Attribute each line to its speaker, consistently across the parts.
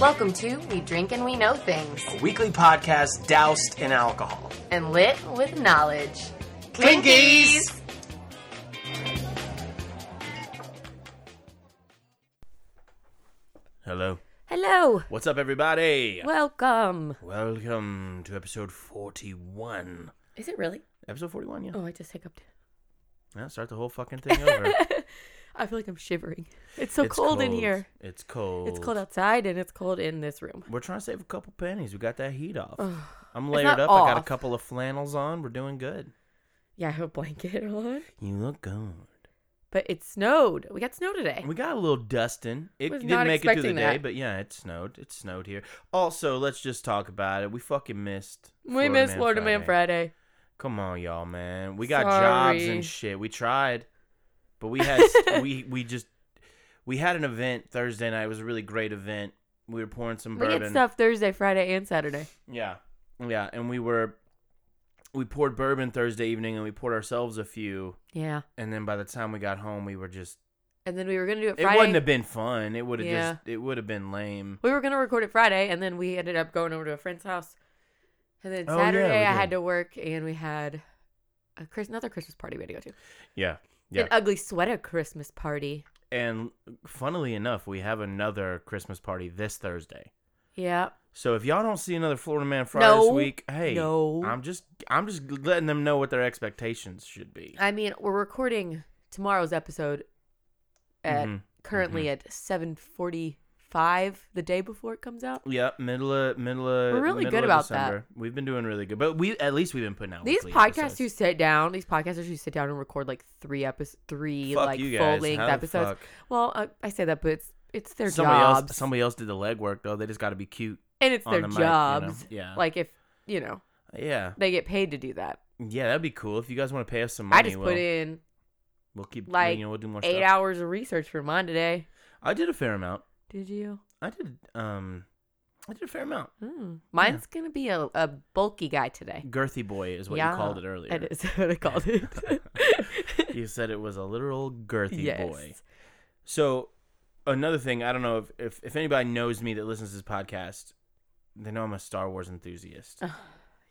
Speaker 1: Welcome to We Drink and We Know Things
Speaker 2: a weekly podcast doused in alcohol.
Speaker 1: and Lit with Knowledge.
Speaker 2: Clinkies! Hello.
Speaker 1: Hello!
Speaker 2: What's up, everybody?
Speaker 1: Welcome!
Speaker 2: Welcome to episode 41.
Speaker 1: Is it really?
Speaker 2: Episode 41, yeah.
Speaker 1: Oh, I just hiccuped.
Speaker 2: yeah start the whole fucking thing over.
Speaker 1: I feel like I'm shivering. It's so
Speaker 2: It's
Speaker 1: cold, in here.
Speaker 2: It's cold.
Speaker 1: It's cold outside and it's cold in this room.
Speaker 2: We're trying to save a couple pennies. We got that heat off. I'm layered
Speaker 1: not
Speaker 2: up. I got a
Speaker 1: off.
Speaker 2: couple of flannels on. We're doing good.
Speaker 1: Yeah, I have a blanket on.
Speaker 2: You look good.
Speaker 1: But it snowed. We got snow today.
Speaker 2: We got a little dusting. It
Speaker 1: Eh. Was not
Speaker 2: didn't make it through the
Speaker 1: expecting
Speaker 2: day,
Speaker 1: that.
Speaker 2: but yeah, it snowed. It snowed here. Also, let's just talk about it. We fucking missed.
Speaker 1: We missed Florida Man Friday.
Speaker 2: Come on, y'all, man. We got jobs
Speaker 1: Sorry.
Speaker 2: and shit. We tried, but we had we we just we had an event Thursday night. It was a really great event. We were pouring some
Speaker 1: We
Speaker 2: bourbon.
Speaker 1: had stuff Thursday, Friday, and Saturday.
Speaker 2: Yeah. Yeah, and we were we poured bourbon Thursday evening and we poured ourselves a few
Speaker 1: Yeah.
Speaker 2: and then by the time we got home we were just
Speaker 1: And then we were going to do it
Speaker 2: it
Speaker 1: Friday.
Speaker 2: wouldn't have been fun. It would have
Speaker 1: Yeah.
Speaker 2: just it would have been lame.
Speaker 1: we were gonna record it Friday, and then we ended up going over to a friend's house. And then
Speaker 2: Oh, yeah,
Speaker 1: Saturday,
Speaker 2: we
Speaker 1: I
Speaker 2: did.
Speaker 1: had to work, and we had a Chris- another Christmas party we had to go to.
Speaker 2: Yeah. Yeah.
Speaker 1: An ugly sweater Christmas party.
Speaker 2: And funnily enough, we have another Christmas party this Thursday.
Speaker 1: Yeah,
Speaker 2: So if y'all don't see another Florida Man Friday
Speaker 1: No.
Speaker 2: this week, hey,
Speaker 1: No.
Speaker 2: I'm just I'm just letting them know what their expectations should be.
Speaker 1: I mean, we're recording tomorrow's episode at
Speaker 2: Mhm.
Speaker 1: currently at seven forty-five, the day before it comes out.
Speaker 2: Yep, middle of middle of
Speaker 1: We're really
Speaker 2: middle
Speaker 1: good
Speaker 2: of
Speaker 1: about that.
Speaker 2: December. We've been doing really good, but we at least we've been putting out
Speaker 1: These
Speaker 2: weekly
Speaker 1: podcasts
Speaker 2: episodes.
Speaker 1: who sit down, these podcasters who sit down and record like three episodes, three
Speaker 2: Fuck
Speaker 1: like
Speaker 2: you guys.
Speaker 1: full length
Speaker 2: How the
Speaker 1: episodes.
Speaker 2: fuck?
Speaker 1: Well, I, I say that, but it's it's their
Speaker 2: somebody
Speaker 1: jobs.
Speaker 2: else somebody else did the legwork though. They just got to be cute.
Speaker 1: and it's
Speaker 2: on
Speaker 1: their
Speaker 2: the mic, you know?
Speaker 1: jobs.
Speaker 2: Yeah.
Speaker 1: Like if you know
Speaker 2: Yeah,
Speaker 1: they get paid to do that.
Speaker 2: yeah, that'd be cool. If you guys want to pay us some money,
Speaker 1: I just
Speaker 2: we'll,
Speaker 1: put in
Speaker 2: We'll keep
Speaker 1: like,
Speaker 2: you know, we'll do more
Speaker 1: eight
Speaker 2: stuff.
Speaker 1: hours of research for mine today.
Speaker 2: I did a fair amount.
Speaker 1: Did you?
Speaker 2: I did um, I did a fair amount.
Speaker 1: Hmm. Mine's gonna be a, a bulky guy today.
Speaker 2: Girthy boy is what
Speaker 1: Yeah,
Speaker 2: you called it earlier.
Speaker 1: That is what I called it.
Speaker 2: you said it was a literal girthy
Speaker 1: yes.
Speaker 2: boy. So another thing, I don't know if, if if anybody knows me that listens to this podcast, they know I'm a Star Wars enthusiast.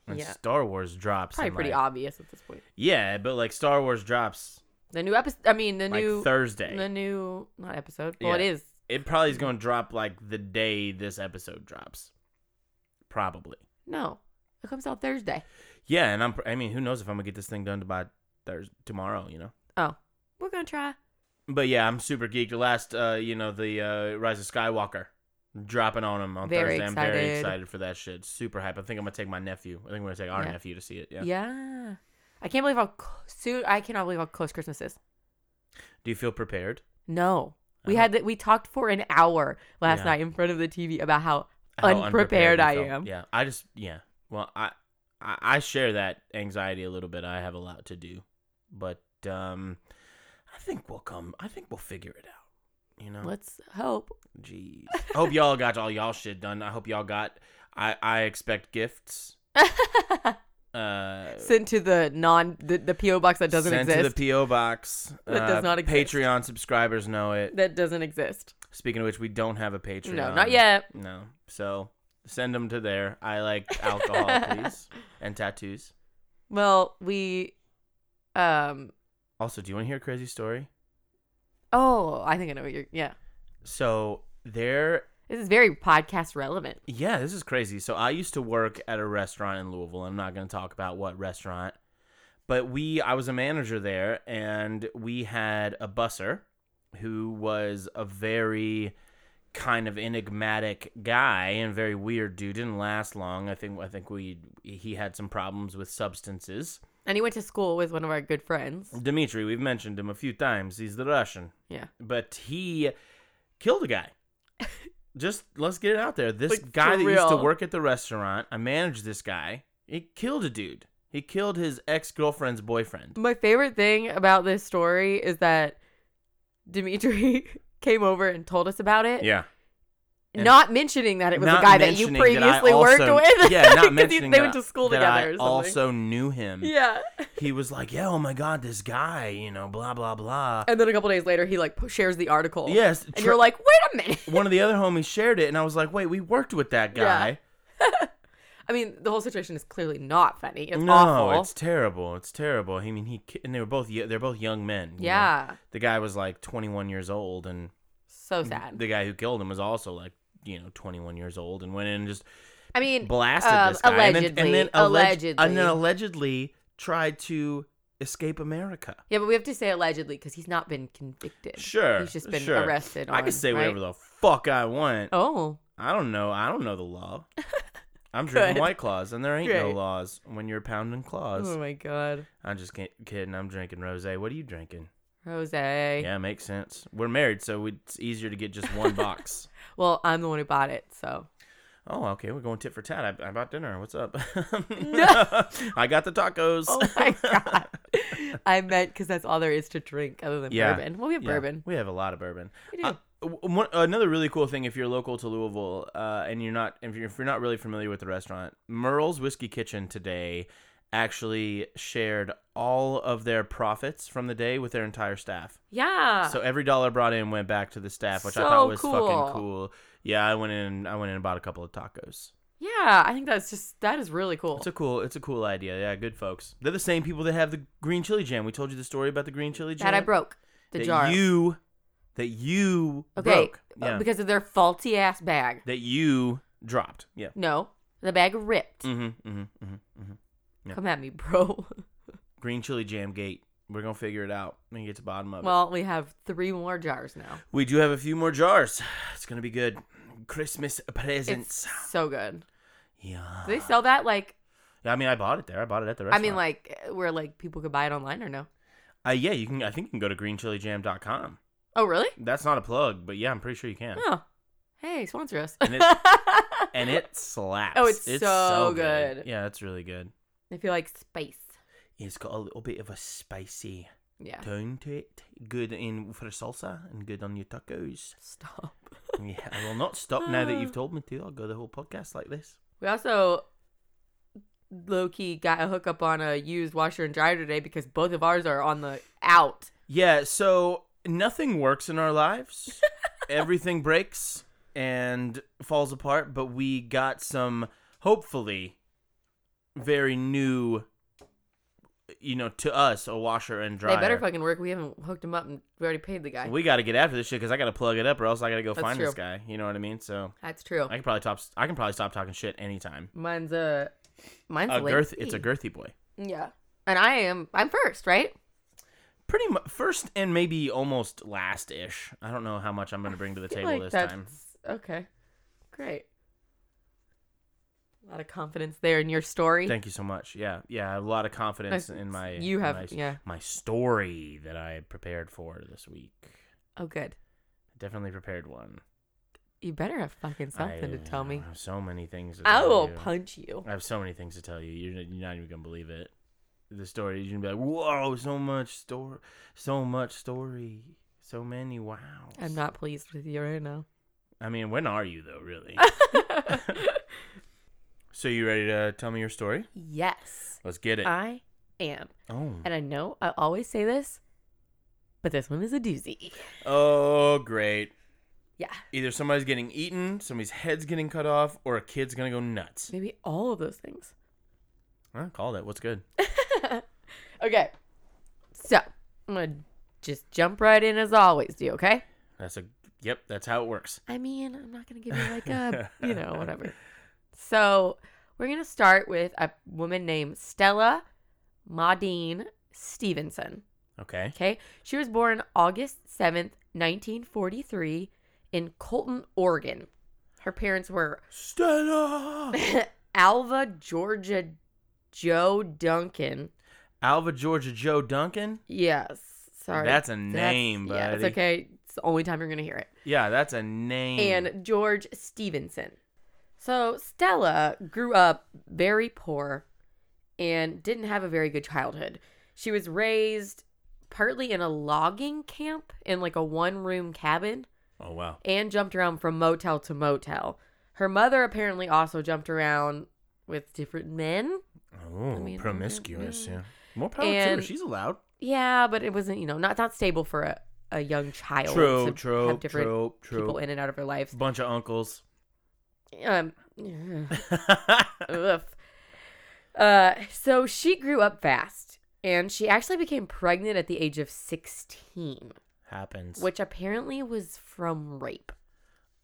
Speaker 2: And
Speaker 1: yeah.
Speaker 2: Star Wars drops.
Speaker 1: Probably
Speaker 2: in,
Speaker 1: pretty
Speaker 2: like-
Speaker 1: obvious at this point.
Speaker 2: Yeah, but like Star Wars drops
Speaker 1: The new episode. I mean, the
Speaker 2: like
Speaker 1: new
Speaker 2: Thursday.
Speaker 1: the new not episode. Well, it
Speaker 2: Yeah.
Speaker 1: is.
Speaker 2: it probably is going to drop like the day this episode drops. Probably.
Speaker 1: No, it comes out Thursday.
Speaker 2: Yeah, and I'm pr- I mean, who knows if I'm going to get this thing done by Thursday tomorrow, you know.
Speaker 1: Oh, we're gonna try.
Speaker 2: But yeah, I'm super geeked. The Last, uh, you know, the uh, Rise of Skywalker dropping on him on
Speaker 1: Very
Speaker 2: Thursday. I'm very
Speaker 1: excited.
Speaker 2: excited for that shit. Super hype. I think I'm gonna take my nephew. I think we're gonna take our
Speaker 1: Yeah.
Speaker 2: nephew to see it. Yeah.
Speaker 1: Yeah. I can't believe how cl- soon. I cannot believe how close Christmas is.
Speaker 2: Do you feel prepared?
Speaker 1: No. We
Speaker 2: Uh-huh.
Speaker 1: had that we talked for an hour last
Speaker 2: Yeah.
Speaker 1: night in front of the TV about how,
Speaker 2: How
Speaker 1: unprepared,
Speaker 2: you
Speaker 1: I
Speaker 2: felt.
Speaker 1: am.
Speaker 2: Yeah. I just yeah. Well, I, I I share that anxiety a little bit. I have a lot to do, but um, I think we'll come. I think we'll figure it out. You know.
Speaker 1: Let's hope.
Speaker 2: Jeez. I hope y'all got all y'all shit done. I hope y'all got. I I expect gifts. Uh,
Speaker 1: Sent to the non the, the PO box that doesn't
Speaker 2: sent
Speaker 1: exist.
Speaker 2: to the PO box. Uh,
Speaker 1: That does not exist.
Speaker 2: Patreon subscribers know it.
Speaker 1: that doesn't exist.
Speaker 2: Speaking of which, we don't have a Patreon.
Speaker 1: No, not yet.
Speaker 2: No. So send them to there. I like alcohol, please, and tattoos.
Speaker 1: Well, we um
Speaker 2: Also, do you want to hear a crazy story?
Speaker 1: oh, I think I know what you're yeah.
Speaker 2: So there,
Speaker 1: This is very podcast relevant.
Speaker 2: yeah, this is crazy. So I used to work at a restaurant in Louisville. I'm not going to talk about what restaurant, but we, I was a manager there, and we had a busser who was a very kind of enigmatic guy and very weird dude. Didn't last long. I think I think we he had some problems with substances.
Speaker 1: And he went to school with one of our good friends.
Speaker 2: Dimitri, we've mentioned him a few times. He's the Russian,
Speaker 1: Yeah.
Speaker 2: but he killed a guy. Just let's get it out there. This
Speaker 1: Like, for
Speaker 2: guy that used to
Speaker 1: real.
Speaker 2: work at the restaurant, I managed this guy. He killed a dude. He killed his ex girlfriend's boyfriend.
Speaker 1: My favorite thing about this story is that Dimitri came over and told us about it.
Speaker 2: Yeah. And
Speaker 1: not mentioning that it was a
Speaker 2: not
Speaker 1: guy that you
Speaker 2: mentioning I
Speaker 1: previously worked
Speaker 2: also-
Speaker 1: with.
Speaker 2: Yeah,
Speaker 1: 'Cause
Speaker 2: not
Speaker 1: you-
Speaker 2: mentioning
Speaker 1: they
Speaker 2: that
Speaker 1: went
Speaker 2: I-
Speaker 1: to school
Speaker 2: that
Speaker 1: together.
Speaker 2: I
Speaker 1: or something.
Speaker 2: also knew him.
Speaker 1: yeah.
Speaker 2: He was like, "Yeah, oh my god, this guy, you know, blah blah blah."
Speaker 1: And then a couple days later, he like p- shares the article.
Speaker 2: yes,
Speaker 1: And
Speaker 2: Tra-
Speaker 1: you're like, wait a minute.
Speaker 2: one of the other homies shared it, and I was like, "Wait, we worked with that guy."
Speaker 1: Yeah. I mean, the whole situation is clearly not funny. It's
Speaker 2: no,
Speaker 1: awful.
Speaker 2: it's terrible. It's terrible. I mean, he ki- and they were both y- they're both young men. you know?
Speaker 1: yeah.
Speaker 2: the guy was like 21 years old, and
Speaker 1: So sad.
Speaker 2: the guy who killed him was also like you know 21 years old, and went in and just
Speaker 1: I mean,
Speaker 2: blasted
Speaker 1: um,
Speaker 2: this guy, and then-
Speaker 1: allegedly,
Speaker 2: and then, alleg-
Speaker 1: allegedly.
Speaker 2: and then allegedly tried to escape America.
Speaker 1: yeah, but we have to say allegedly because he's not been convicted.
Speaker 2: Sure,
Speaker 1: He's just been
Speaker 2: sure.
Speaker 1: arrested.
Speaker 2: I
Speaker 1: on,
Speaker 2: can say
Speaker 1: right?
Speaker 2: whatever the fuck I want.
Speaker 1: Oh,
Speaker 2: I don't know. I don't know the law. I'm drinking
Speaker 1: Good.
Speaker 2: White Claws, and there ain't no
Speaker 1: Great.
Speaker 2: laws when you're pounding claws.
Speaker 1: oh my God,
Speaker 2: I'm just ki- kidding. I'm drinking rosé. What are you drinking?
Speaker 1: Rose.
Speaker 2: Yeah, makes sense. We're married, so it's easier to get just one box.
Speaker 1: Well, I'm the one who bought it, so
Speaker 2: Oh, okay. We're going tit for tat. I, I bought dinner. What's up?
Speaker 1: No.
Speaker 2: I got the tacos.
Speaker 1: oh my God. I meant because that's all there is to drink other than
Speaker 2: Yeah.
Speaker 1: bourbon. Well, we have
Speaker 2: Yeah,
Speaker 1: bourbon.
Speaker 2: We have a lot of bourbon.
Speaker 1: We do.
Speaker 2: Uh, w- one, another really cool thing if you're local to Louisville uh, and you're not if you're, if you're not really familiar with the restaurant, Merle's Whiskey Kitchen today actually shared all of their profits from the day with their entire staff.
Speaker 1: yeah.
Speaker 2: So every dollar brought in went back to the staff, which I
Speaker 1: Ah. So
Speaker 2: thought was
Speaker 1: cool.
Speaker 2: fucking cool. Yeah, I went in I went in and bought a couple of tacos.
Speaker 1: yeah, I think that's just that is really cool.
Speaker 2: It's a cool it's a cool idea. Yeah, good folks. They're the same people that have the green chili jam. We told you the story about the green chili jam.
Speaker 1: that I broke the
Speaker 2: that
Speaker 1: jar.
Speaker 2: you that you
Speaker 1: okay,
Speaker 2: broke.
Speaker 1: uh,
Speaker 2: Yeah.
Speaker 1: because of their faulty ass bag.
Speaker 2: that you dropped. Yeah.
Speaker 1: No, the bag ripped.
Speaker 2: Mm-hmm. Mm-hmm. Mm-hmm. hmm yeah.
Speaker 1: Come at me, bro.
Speaker 2: Green chili jam gate. We're gonna figure it out and get to the bottom of
Speaker 1: well, we have three more jars now.
Speaker 2: it. We do have a few more jars. It's gonna be good. Christmas presents.
Speaker 1: It's so good.
Speaker 2: yeah.
Speaker 1: Do they sell that like
Speaker 2: yeah. I mean, I bought it there. I bought it at the
Speaker 1: I
Speaker 2: Ah, restaurant.
Speaker 1: mean like where like people could buy it online or no?
Speaker 2: uh, yeah, you can. I think you can go to greenchilijam.com.
Speaker 1: Oh really?
Speaker 2: That's not a plug, but yeah, I'm pretty sure you can.
Speaker 1: Oh. Hey, sponsor us.
Speaker 2: And it- and it slaps.
Speaker 1: Oh, it's so good.
Speaker 2: Yeah, it's really good.
Speaker 1: I feel like space.
Speaker 2: It's got a little bit of a spicy
Speaker 1: Yeah.
Speaker 2: tone to it. Good in for salsa and good on your tacos.
Speaker 1: Stop.
Speaker 2: Yeah, I will not stop now that you've told me to. I'll go the whole podcast like this.
Speaker 1: We also low key got a hookup on a used washer and dryer today because both of ours are on the out.
Speaker 2: Yeah, so nothing works in our lives. Everything breaks and falls apart, but we got some hopefully very new you know, to us a washer and dryer.
Speaker 1: They better fucking work. We haven't hooked them up and we already paid the guy.
Speaker 2: we got to get after this shit cuz I got to plug it up or else I got to go
Speaker 1: That's
Speaker 2: find this
Speaker 1: true.
Speaker 2: guy. You know what I mean? So
Speaker 1: That's true.
Speaker 2: I can probably top I can probably stop talking shit anytime.
Speaker 1: Mine's a mine's
Speaker 2: A girth
Speaker 1: lengthy.
Speaker 2: it's a girthy boy.
Speaker 1: Yeah. And I am I'm first, right?
Speaker 2: pretty much first and maybe almost last ish. I don't know how much I'm going to bring to the
Speaker 1: feel
Speaker 2: table
Speaker 1: like
Speaker 2: this
Speaker 1: that's-
Speaker 2: time.
Speaker 1: Okay. Great. A lot of confidence there in your story.
Speaker 2: Thank you so much. Yeah, yeah, I have a lot of confidence
Speaker 1: Uh,
Speaker 2: in my
Speaker 1: you
Speaker 2: in
Speaker 1: have-
Speaker 2: my,
Speaker 1: yeah.
Speaker 2: my story that I prepared for this week.
Speaker 1: oh, good.
Speaker 2: Definitely prepared one.
Speaker 1: You better have fucking something to
Speaker 2: I
Speaker 1: tell me.
Speaker 2: have so many things. To tell
Speaker 1: I will
Speaker 2: you.
Speaker 1: punch you.
Speaker 2: I have so many things to tell you. You're, you're not even gonna believe it. The story. You're gonna be like, whoa, so much story, so much story, so many wow.
Speaker 1: I'm not pleased with you right now.
Speaker 2: I mean, when are you though, really?
Speaker 1: Uh,
Speaker 2: so you ready to tell me your story?
Speaker 1: yes,
Speaker 2: Let's get it.
Speaker 1: I am.
Speaker 2: oh.
Speaker 1: And Uh, I know I always say this, but this one is a doozy.
Speaker 2: Oh, great.
Speaker 1: Yeah.
Speaker 2: Either somebody's getting eaten, somebody's head's getting cut off, or a kid's going to go nuts.
Speaker 1: Maybe all of those things.
Speaker 2: I called it. What's good?
Speaker 1: Okay. So, I'm going to just jump right in as I always do, okay?
Speaker 2: That's a. Yep, that's how it works.
Speaker 1: I mean, I'm not going to give you like a, you know, whatever. So we're going to start with a woman named Stella Maudine Stevenson.
Speaker 2: Okay.
Speaker 1: Okay. She was born August 7th, 1943, in Colton, Oregon. Her parents were
Speaker 2: Stella!
Speaker 1: Alva Georgia Joe Duncan.
Speaker 2: Alva Georgia Joe Duncan?
Speaker 1: Yes. Sorry.
Speaker 2: That's a name,
Speaker 1: Yeah, it's
Speaker 2: buddy.
Speaker 1: okay. It's the only time you're going to hear it.
Speaker 2: Yeah, that's a name.
Speaker 1: and George Stevenson. So Stella grew up very poor and didn't have a very good childhood. She was raised partly in a logging camp in like a one room cabin
Speaker 2: Oh wow.
Speaker 1: and jumped around from motel to motel. Her mother apparently also jumped around with different men.
Speaker 2: Oh,
Speaker 1: mean,
Speaker 2: promiscuous.
Speaker 1: mm.
Speaker 2: Yeah. More power to her.
Speaker 1: And-
Speaker 2: She's allowed.
Speaker 1: Yeah, but it wasn't, you know, not not stable for a, a young child
Speaker 2: True.
Speaker 1: to
Speaker 2: True.
Speaker 1: have different
Speaker 2: True.
Speaker 1: people
Speaker 2: True.
Speaker 1: in and out of her lives.
Speaker 2: Bunch of uncles.
Speaker 1: Um, ugh. Uh, so she grew up fast, and she actually became pregnant at the age of sixteen,
Speaker 2: Happens.
Speaker 1: which apparently was from rape.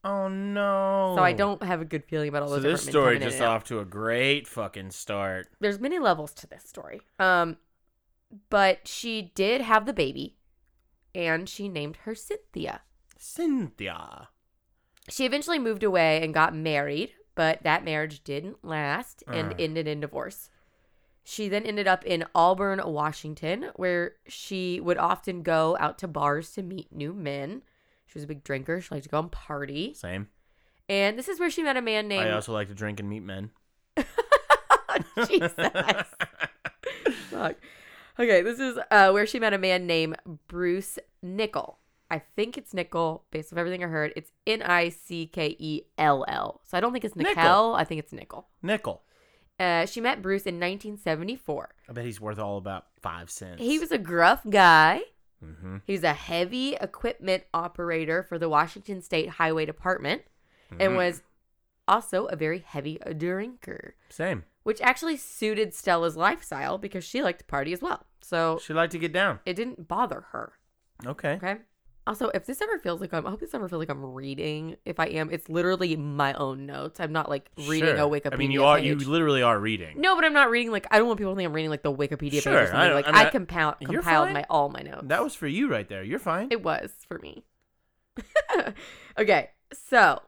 Speaker 2: Oh no.
Speaker 1: So I don't have a good feeling about all
Speaker 2: Oh. So this
Speaker 1: those. different men
Speaker 2: story
Speaker 1: coming in
Speaker 2: just
Speaker 1: and out.
Speaker 2: off to a great fucking start.
Speaker 1: there's many levels to this story. Um, but she did have the baby, and she named her Cynthia.
Speaker 2: Cynthia.
Speaker 1: She eventually moved away and got married, but that marriage didn't last and
Speaker 2: Uh.
Speaker 1: ended in divorce. She then ended up in Auburn, Washington, where she would often go out to bars to meet new men. She was a big drinker. She liked to go and party.
Speaker 2: Same.
Speaker 1: And this is where she met a man
Speaker 2: I
Speaker 1: named
Speaker 2: also like to drink and meet men.
Speaker 1: Jesus. Fuck. Okay, this is uh, where she met a man named Bruce Nickel. I think it's Nickel, based on everything I heard. It's N I C K E L L. So I don't think it's
Speaker 2: Nickel.
Speaker 1: Nickel. I think it's Nickel.
Speaker 2: Nickel.
Speaker 1: Uh, she met Bruce in 1974.
Speaker 2: I bet he's worth all about five cents.
Speaker 1: He was a gruff guy.
Speaker 2: Mm-hmm.
Speaker 1: He was a heavy equipment operator for the Washington State Highway Department
Speaker 2: mm-hmm.
Speaker 1: and was also a very heavy drinker,
Speaker 2: Same.
Speaker 1: which actually suited Stella's lifestyle because she liked to party as well. So
Speaker 2: She liked to get down.
Speaker 1: it didn't bother her.
Speaker 2: Okay.
Speaker 1: Okay. Also, if this ever feels like I'm, I hope this ever feels like I'm reading. If I am, it's literally my own notes. I'm not like
Speaker 2: Sure.
Speaker 1: reading a Wikipedia.
Speaker 2: I mean, you are. You
Speaker 1: page.
Speaker 2: literally are reading.
Speaker 1: No, but I'm not reading like I don't want people to think I'm reading like the Wikipedia
Speaker 2: Sure,
Speaker 1: page
Speaker 2: I
Speaker 1: or something.
Speaker 2: don't-
Speaker 1: like
Speaker 2: I'm
Speaker 1: I
Speaker 2: not-
Speaker 1: compiled
Speaker 2: You're
Speaker 1: compiled
Speaker 2: fine.
Speaker 1: my all my notes.
Speaker 2: That was for you right there. You're fine.
Speaker 1: it was for me. okay, so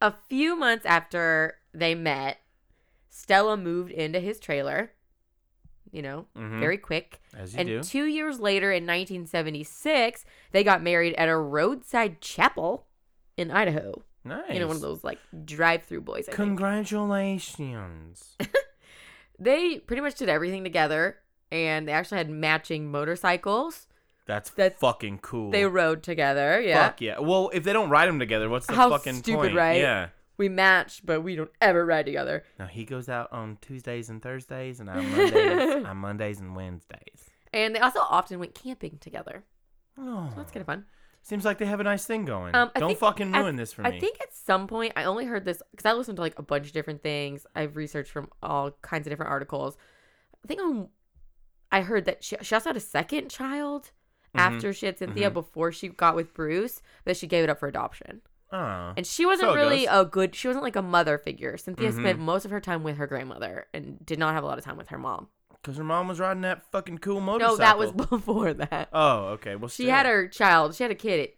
Speaker 1: a few months after they met, Stella moved into his trailer. You know,
Speaker 2: Mhm.
Speaker 1: very quick.
Speaker 2: As you
Speaker 1: And
Speaker 2: do.
Speaker 1: two years later, in 1976, they got married at a roadside chapel in Idaho.
Speaker 2: nice.
Speaker 1: You know, one of those like drive-through boys. I think.
Speaker 2: Congratulations.
Speaker 1: They pretty much did everything together, and they actually had matching motorcycles.
Speaker 2: That's,
Speaker 1: That's-
Speaker 2: fucking cool.
Speaker 1: They rode together. Yeah,
Speaker 2: Fuck yeah. Well, if they don't ride them together, what's the
Speaker 1: How
Speaker 2: fucking
Speaker 1: stupid,
Speaker 2: point?
Speaker 1: right?
Speaker 2: Yeah.
Speaker 1: we matched, but we don't ever ride together.
Speaker 2: Now he goes out on Tuesdays and Thursdays, and I'm Mondays. I'm Mondays and Wednesdays.
Speaker 1: And they also often went camping together.
Speaker 2: Oh,
Speaker 1: So that's kind of fun.
Speaker 2: Seems like they have a nice thing going.
Speaker 1: Um, I
Speaker 2: Don't
Speaker 1: think-
Speaker 2: fucking
Speaker 1: I-
Speaker 2: ruin this for me.
Speaker 1: I think at some point I only heard this because I listened to like a bunch of different things. I've researched from all kinds of different articles. I think i I heard that she, she also had a second child
Speaker 2: Mhm.
Speaker 1: after she had Cynthia
Speaker 2: Mhm.
Speaker 1: before she got with Bruce, but she gave it up for adoption.
Speaker 2: Oh,
Speaker 1: And she wasn't
Speaker 2: So it
Speaker 1: really
Speaker 2: goes.
Speaker 1: a good. She wasn't like a mother figure. Cynthia
Speaker 2: Mhm.
Speaker 1: spent most of her time with her grandmother and did not have a lot of time with her mom.
Speaker 2: because her mom was riding that fucking cool motorcycle.
Speaker 1: No, that was before that.
Speaker 2: Oh, okay. Well,
Speaker 1: She had
Speaker 2: still.
Speaker 1: her child. She had a kid at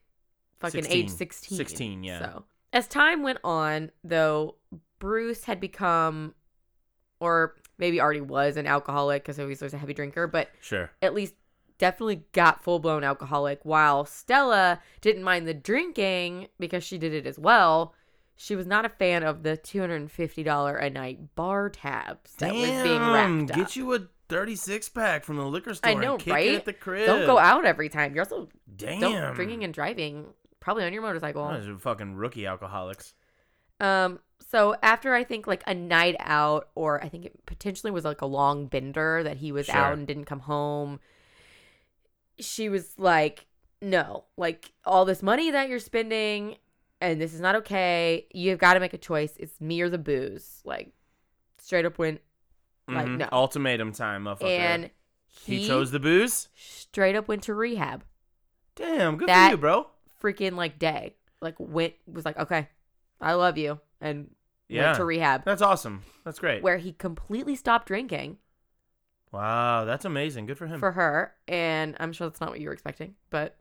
Speaker 1: fucking age
Speaker 2: 16.
Speaker 1: 16.
Speaker 2: 16, yeah.
Speaker 1: So, as time went on, though, Bruce had become, or maybe already was, an alcoholic because he was a heavy drinker, but
Speaker 2: Sure.
Speaker 1: at least definitely got full blown alcoholic. While Stella didn't mind the drinking because she did it as well. She was not a fan of the two hundred and fifty dollar a night bar tabs that
Speaker 2: Damn,
Speaker 1: was being racked up.
Speaker 2: get you a 36 pack from the liquor store.
Speaker 1: I know,
Speaker 2: and kick
Speaker 1: right?
Speaker 2: It at the crib.
Speaker 1: Don't go out every time. You're also
Speaker 2: Damn.
Speaker 1: don't drinking and driving probably on your motorcycle.
Speaker 2: Those are fucking rookie alcoholics.
Speaker 1: Um, so after I think like a night out, or I think it potentially was like a long bender that he was
Speaker 2: Sure.
Speaker 1: out and didn't come home, she was like, No, like all this money that you're spending, and this is not okay. You've got to make a choice. It's me or the booze. Like, straight up went, Like,
Speaker 2: Mhm.
Speaker 1: no.
Speaker 2: Ultimatum time, motherfucker.
Speaker 1: and
Speaker 2: he,
Speaker 1: he,
Speaker 2: chose the booze.
Speaker 1: straight up went to rehab.
Speaker 2: Damn, good
Speaker 1: That-
Speaker 2: for you, bro.
Speaker 1: Freaking like day, like, went, was like, Okay, I love you, and
Speaker 2: Yeah,
Speaker 1: went to rehab
Speaker 2: that's awesome. That's great.
Speaker 1: where he completely stopped drinking.
Speaker 2: wow, that's amazing. Good for him.
Speaker 1: for her, and I'm sure that's not what you were expecting, but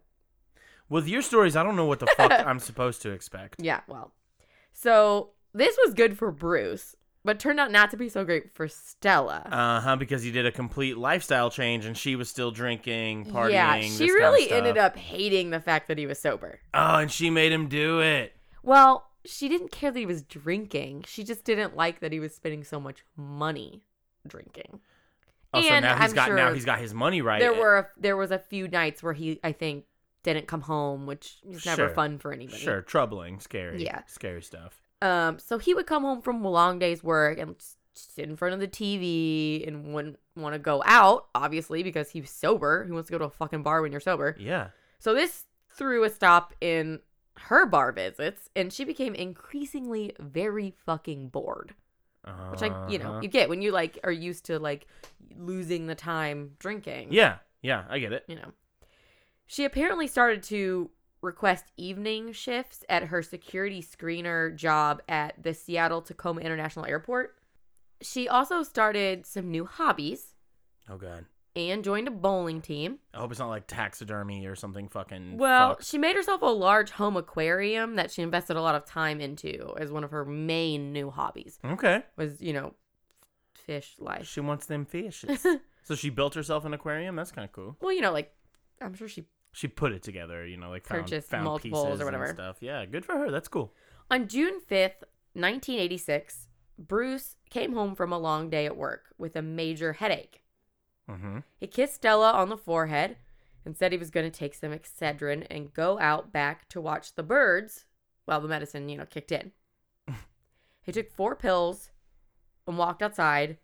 Speaker 2: With your stories, I don't know what the fuck I'm supposed to expect.
Speaker 1: yeah, well. So this was good for Bruce, but turned out not to be so great for Stella.
Speaker 2: Uh huh. Because he did a complete lifestyle change, and she was still drinking, partying.
Speaker 1: yeah,
Speaker 2: this
Speaker 1: she
Speaker 2: kind of
Speaker 1: really
Speaker 2: stuff.
Speaker 1: ended up hating the fact that he was sober.
Speaker 2: Oh, and she made him do it.
Speaker 1: Well, she didn't care that he was drinking. She just didn't like that he was spending so much money drinking.
Speaker 2: Oh, so
Speaker 1: And
Speaker 2: now he's
Speaker 1: I'm
Speaker 2: got now
Speaker 1: sure
Speaker 2: he's got his money right.
Speaker 1: There were a, there was a few nights where he I think didn't come home, which is never
Speaker 2: Sure.
Speaker 1: fun for anybody.
Speaker 2: Sure, troubling, scary.
Speaker 1: Yeah.
Speaker 2: Scary stuff.
Speaker 1: Um, so he would come home from a long day's work and s- sit in front of the TV and wouldn't want to go out, obviously, because he's sober. Who wants to go to a fucking bar when you're sober?
Speaker 2: Yeah.
Speaker 1: So this threw a stop in her bar visits, and she became increasingly very fucking bored.
Speaker 2: Uh-huh.
Speaker 1: Which I, you know, you get when you like are used to like losing the time drinking.
Speaker 2: Yeah. Yeah, I get it.
Speaker 1: You know. She apparently started to request evening shifts at her security screener job at the Seattle Tacoma International Airport. She also started some new hobbies
Speaker 2: Oh god.
Speaker 1: and joined a bowling team.
Speaker 2: I hope it's not like taxidermy or something fucking
Speaker 1: Well,
Speaker 2: fucked.
Speaker 1: she made herself a large home aquarium that she invested a lot of time into as one of her main new hobbies.
Speaker 2: Okay.
Speaker 1: Was, you know, fish life.
Speaker 2: She wants them fishes. so she built herself an aquarium. That's kind of cool.
Speaker 1: Well, you know, like I'm sure she
Speaker 2: She put it together, you know, like found,
Speaker 1: Purchased
Speaker 2: found
Speaker 1: multiples or
Speaker 2: pieces
Speaker 1: whatever.
Speaker 2: and stuff. Yeah, good for her. That's cool.
Speaker 1: On June 5th, 1986, Bruce came home from a long day at work with a major headache.
Speaker 2: Mm-hmm.
Speaker 1: He kissed Stella on the forehead and said he was going to take some Excedrin and go out back to watch the birds while the medicine, you know, kicked in. he took four pills and walked outside.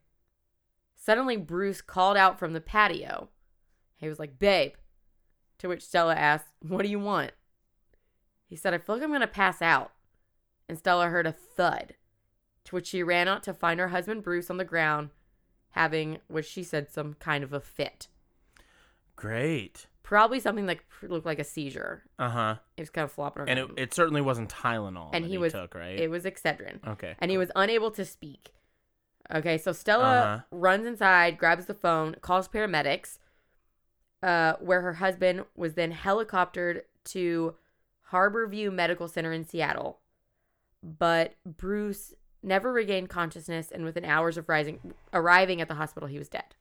Speaker 1: Suddenly, Bruce called out from the patio. He was like, Babe. To which Stella asked, What do you want? He said, I feel like I'm going to pass out. And Stella heard a thud, to which she ran out to find her husband Bruce on the ground, having what she said some kind of a fit.
Speaker 2: Great.
Speaker 1: Probably something like pr- looked like a seizure.
Speaker 2: Uh huh.
Speaker 1: It was kind of flopping around.
Speaker 2: And it, it certainly wasn't Tylenol
Speaker 1: And
Speaker 2: that
Speaker 1: he
Speaker 2: he,
Speaker 1: was-
Speaker 2: took, right?
Speaker 1: It was Excedrin.
Speaker 2: okay.
Speaker 1: and he was unable to speak. Okay, so Stella
Speaker 2: Uh-huh.
Speaker 1: runs inside, grabs the phone, calls paramedics, uh, where her husband was then helicoptered to Harborview Medical Center in Seattle. But Bruce never regained consciousness, and within hours of rising, arriving at the hospital, he was dead.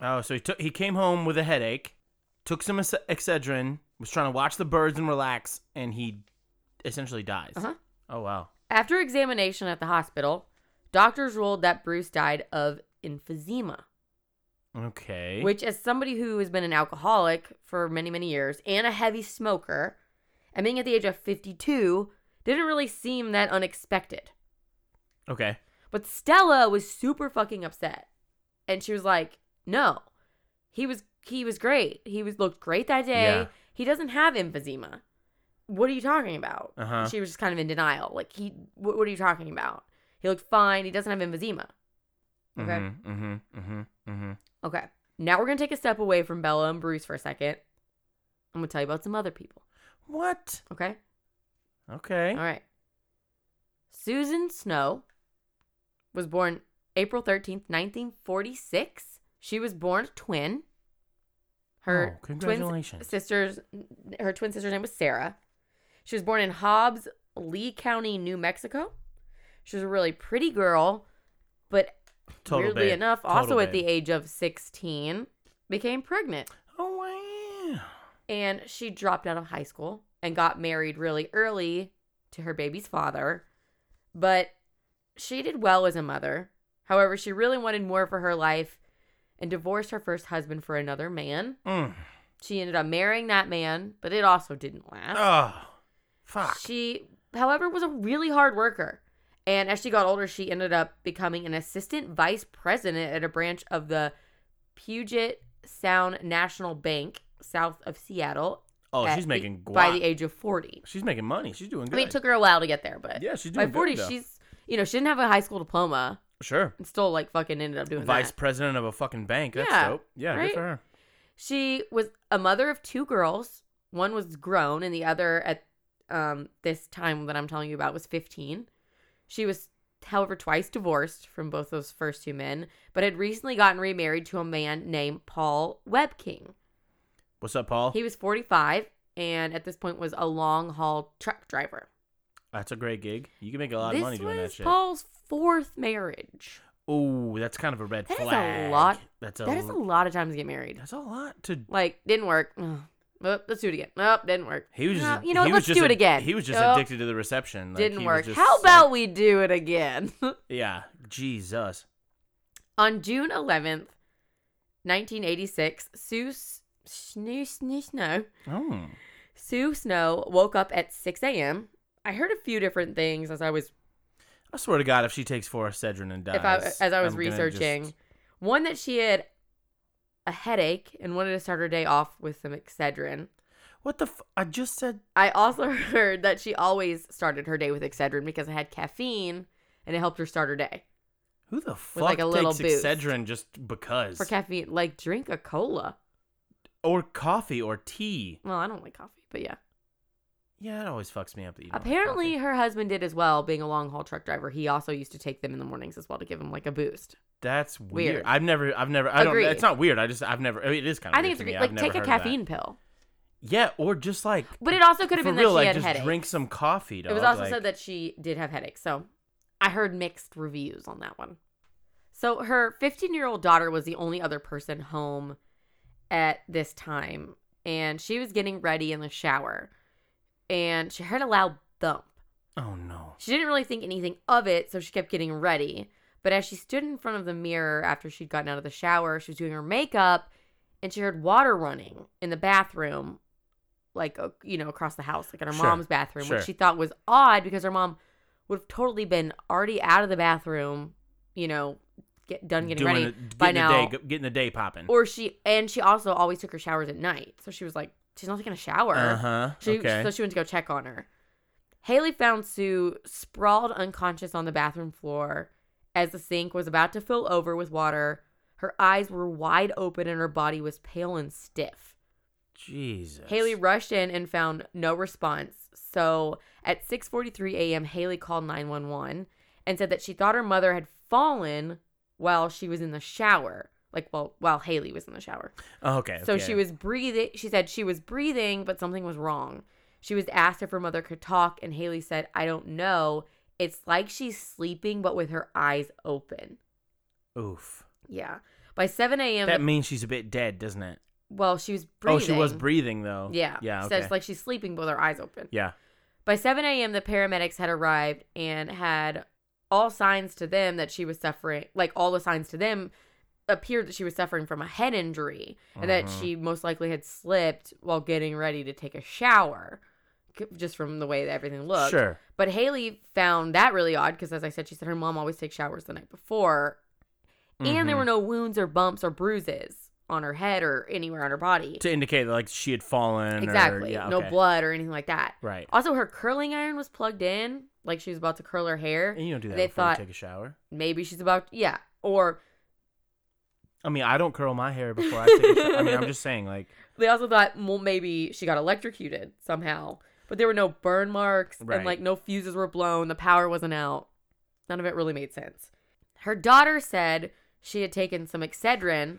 Speaker 2: Oh, so he took he came home with a headache, took some Ex- Excedrin, was trying to watch the birds and relax, and he essentially dies.
Speaker 1: Uh-huh.
Speaker 2: Oh wow.
Speaker 1: After examination at the hospital, doctors ruled that Bruce died of emphysema.
Speaker 2: Okay.
Speaker 1: Which, as somebody who has been an alcoholic for many, many years and a heavy smoker, and being at the age of 52, didn't really seem that unexpected.
Speaker 2: Okay.
Speaker 1: But Stella was super fucking upset. And she was like, no, he was he was great. He was looked great that day.
Speaker 2: Yeah.
Speaker 1: He doesn't have emphysema. What are you talking about?
Speaker 2: Uh-huh.
Speaker 1: She was just kind of in denial. Like he, what, what are you talking about? He looked fine. He doesn't have emphysema. Okay.
Speaker 2: Mm-hmm. Mm-hmm. Mm-hmm. mm-hmm.
Speaker 1: Okay. Now we're going to take a step away from Bella and Bruce for a second. I'm going to tell you about some other people.
Speaker 2: What?
Speaker 1: Okay.
Speaker 2: Okay.
Speaker 1: All right. Susan Snow was born April 13th, 1946. She was born a twin. Her
Speaker 2: Oh,
Speaker 1: twin
Speaker 2: congratulations.
Speaker 1: sisters her twin sister's name was Sarah. She was born in Hobbs, Lee County, New Mexico. She was a really pretty girl, but
Speaker 2: Total
Speaker 1: weirdly
Speaker 2: babe.
Speaker 1: enough,
Speaker 2: Total
Speaker 1: also at the
Speaker 2: babe.
Speaker 1: age of 16, became pregnant.
Speaker 2: Oh wow.
Speaker 1: And she dropped out of high school and got married really early to her baby's father. But she did well as a mother. However, she really wanted more for her life and divorced her first husband for another man.
Speaker 2: Mm.
Speaker 1: She ended up marrying that man, but it also didn't last.
Speaker 2: Oh. Fuck.
Speaker 1: she, however, was a really hard worker. And as she got older, she ended up becoming an assistant vice president at a branch of the Puget Sound National Bank south of Seattle
Speaker 2: oh,
Speaker 1: at
Speaker 2: she's
Speaker 1: the-
Speaker 2: making guac.
Speaker 1: by the age of 40.
Speaker 2: she's making money. She's doing good.
Speaker 1: I mean, it took her a while to get there, but
Speaker 2: yeah, she's
Speaker 1: by
Speaker 2: doing
Speaker 1: 40,
Speaker 2: good, though.
Speaker 1: she's, you know, she didn't have a high school diploma
Speaker 2: sure
Speaker 1: and still, like, fucking ended up doing
Speaker 2: vice
Speaker 1: that.
Speaker 2: president of a fucking bank. That's
Speaker 1: Yeah,
Speaker 2: dope. Yeah,
Speaker 1: right?
Speaker 2: good for her.
Speaker 1: She was a mother of two girls. One was grown, and the other at um, this time that I'm telling you about was 15. She was, however, twice divorced from both those first two men, but had recently gotten remarried to a man named Paul Webking.
Speaker 2: What's up, Paul?
Speaker 1: He was 45 and at this point was a long haul truck driver.
Speaker 2: That's a great gig. You can make a lot
Speaker 1: this
Speaker 2: of money doing that
Speaker 1: was
Speaker 2: shit.
Speaker 1: Paul's fourth marriage.
Speaker 2: Oh, that's kind of a red
Speaker 1: That is a
Speaker 2: flag.
Speaker 1: lot-
Speaker 2: That's a
Speaker 1: That is a lot of times to get married.
Speaker 2: that's a lot to.
Speaker 1: Like, didn't work. Ugh. Oh, let's do it again. Nope, didn't work.
Speaker 2: He was
Speaker 1: No,
Speaker 2: just.
Speaker 1: you know,
Speaker 2: he
Speaker 1: what,
Speaker 2: was
Speaker 1: let's
Speaker 2: just
Speaker 1: do it
Speaker 2: ad-
Speaker 1: again.
Speaker 2: He was just
Speaker 1: Nope,
Speaker 2: addicted to the reception. Like,
Speaker 1: Didn't
Speaker 2: he was
Speaker 1: work.
Speaker 2: just
Speaker 1: How
Speaker 2: so-
Speaker 1: about we do it again?
Speaker 2: yeah, Jesus.
Speaker 1: On June 11th, 1986, Sue Snoo Snoo Snow
Speaker 2: Oh,
Speaker 1: Sue Snow woke up at 6 a.m. I heard a few different things as I was
Speaker 2: I swear to God, if she takes Forestedrin and dies,
Speaker 1: if I, as I was
Speaker 2: I'm gonna just-
Speaker 1: researching. One that she had a headache and wanted to start her day off with some Excedrin.
Speaker 2: what the? F- I just said
Speaker 1: I also heard that she always started her day with Excedrin because it had caffeine and it helped her start her day.
Speaker 2: who the fuck
Speaker 1: like, a little
Speaker 2: takes
Speaker 1: boost.
Speaker 2: Excedrin just because,
Speaker 1: For caffeine, like drink a cola.
Speaker 2: or coffee or tea.
Speaker 1: Well, I don't like coffee, but yeah.
Speaker 2: Yeah, it always fucks me up. That you don't like
Speaker 1: Apparently,
Speaker 2: coffee.
Speaker 1: her husband did as well, being a long haul truck driver. He also used to take them in the mornings as well to give him like a boost.
Speaker 2: that's weird.
Speaker 1: Weird.
Speaker 2: I've never, I've never, I
Speaker 1: Agreed.
Speaker 2: don't. It's not weird. I just, I've never. I mean, it is kind of.
Speaker 1: I think it's
Speaker 2: weird to me.
Speaker 1: like
Speaker 2: I've
Speaker 1: take
Speaker 2: never
Speaker 1: a
Speaker 2: heard of that.
Speaker 1: caffeine pill.
Speaker 2: Yeah, or just like.
Speaker 1: But it also could have
Speaker 2: for
Speaker 1: been
Speaker 2: real,
Speaker 1: that
Speaker 2: like
Speaker 1: she had a
Speaker 2: just
Speaker 1: headache.
Speaker 2: drink some coffee. Dog.
Speaker 1: It was also
Speaker 2: like,
Speaker 1: said that she did have headaches. So I heard mixed reviews on that one. So her 15 year old daughter was the only other person home at this time. And she was getting ready in the shower. And she heard a loud thump.
Speaker 2: Oh no.
Speaker 1: She didn't really think anything of it. So she kept getting ready. But as she stood in front of the mirror after she'd gotten out of the shower, she was doing her makeup and she heard water running in the bathroom, like, uh, you know, across the house, like in her
Speaker 2: Sure.
Speaker 1: mom's bathroom,
Speaker 2: Sure.
Speaker 1: which she thought was odd because her mom would have totally been already out of the bathroom, you know, get done getting
Speaker 2: Doing
Speaker 1: ready.
Speaker 2: it- getting
Speaker 1: by
Speaker 2: the
Speaker 1: now.
Speaker 2: day, getting the day popping.
Speaker 1: Or she, and she also always took her showers at night. So she was like, she's not taking a shower.
Speaker 2: Uh huh.
Speaker 1: She,
Speaker 2: Okay.
Speaker 1: So she went to go check on her. Haley found Sue sprawled unconscious on the bathroom floor as the sink was about to fill over with water. Her eyes were wide open and her body was pale and stiff.
Speaker 2: Jesus.
Speaker 1: Haley rushed in and found no response. So at 6:43 a.m., Haley called 911 and said that she thought her mother had fallen while she was in the shower, like while while Haley was in the shower.
Speaker 2: Oh, okay.
Speaker 1: So
Speaker 2: okay.
Speaker 1: she was breathing. She said she was breathing, but something was wrong. She was asked if her mother could talk, and Haley said, I don't know. It's like she's sleeping, but with her eyes open.
Speaker 2: Oof.
Speaker 1: Yeah. By 7 a.m.,
Speaker 2: That means she's a bit dead, doesn't it?
Speaker 1: well, she was breathing.
Speaker 2: Oh, she was breathing though.
Speaker 1: Yeah.
Speaker 2: Yeah.
Speaker 1: She
Speaker 2: Okay.
Speaker 1: says, like she's sleeping, but with her eyes open.
Speaker 2: yeah.
Speaker 1: By 7 a.m., the paramedics had arrived and had all signs to them that she was suffering, like all the signs to them appeared that she was suffering from a head injury and that
Speaker 2: Mhm.
Speaker 1: she most likely had slipped while getting ready to take a shower c- just from the way that everything looked.
Speaker 2: Sure.
Speaker 1: But Haley found that really odd because, as I said, she said her mom always takes showers the night before and there
Speaker 2: Mhm.
Speaker 1: were no wounds or bumps or bruises on her head or anywhere on her body.
Speaker 2: to indicate that like she had fallen.
Speaker 1: exactly.
Speaker 2: Or, yeah,
Speaker 1: No
Speaker 2: okay.
Speaker 1: blood or anything like that.
Speaker 2: Right.
Speaker 1: Also, her curling iron was plugged in, like she was about to curl her hair.
Speaker 2: And you don't do that
Speaker 1: They
Speaker 2: before
Speaker 1: thought-
Speaker 2: you take a shower.
Speaker 1: Maybe she's about, yeah, or
Speaker 2: I mean, I don't curl my hair before I take a shower. I mean, I'm just saying, like,
Speaker 1: they also thought, well, maybe she got electrocuted somehow. But there were no burn marks
Speaker 2: Right.
Speaker 1: and like no fuses were blown. The power wasn't out. None of it really made sense. Her daughter said she had taken some Excedrin,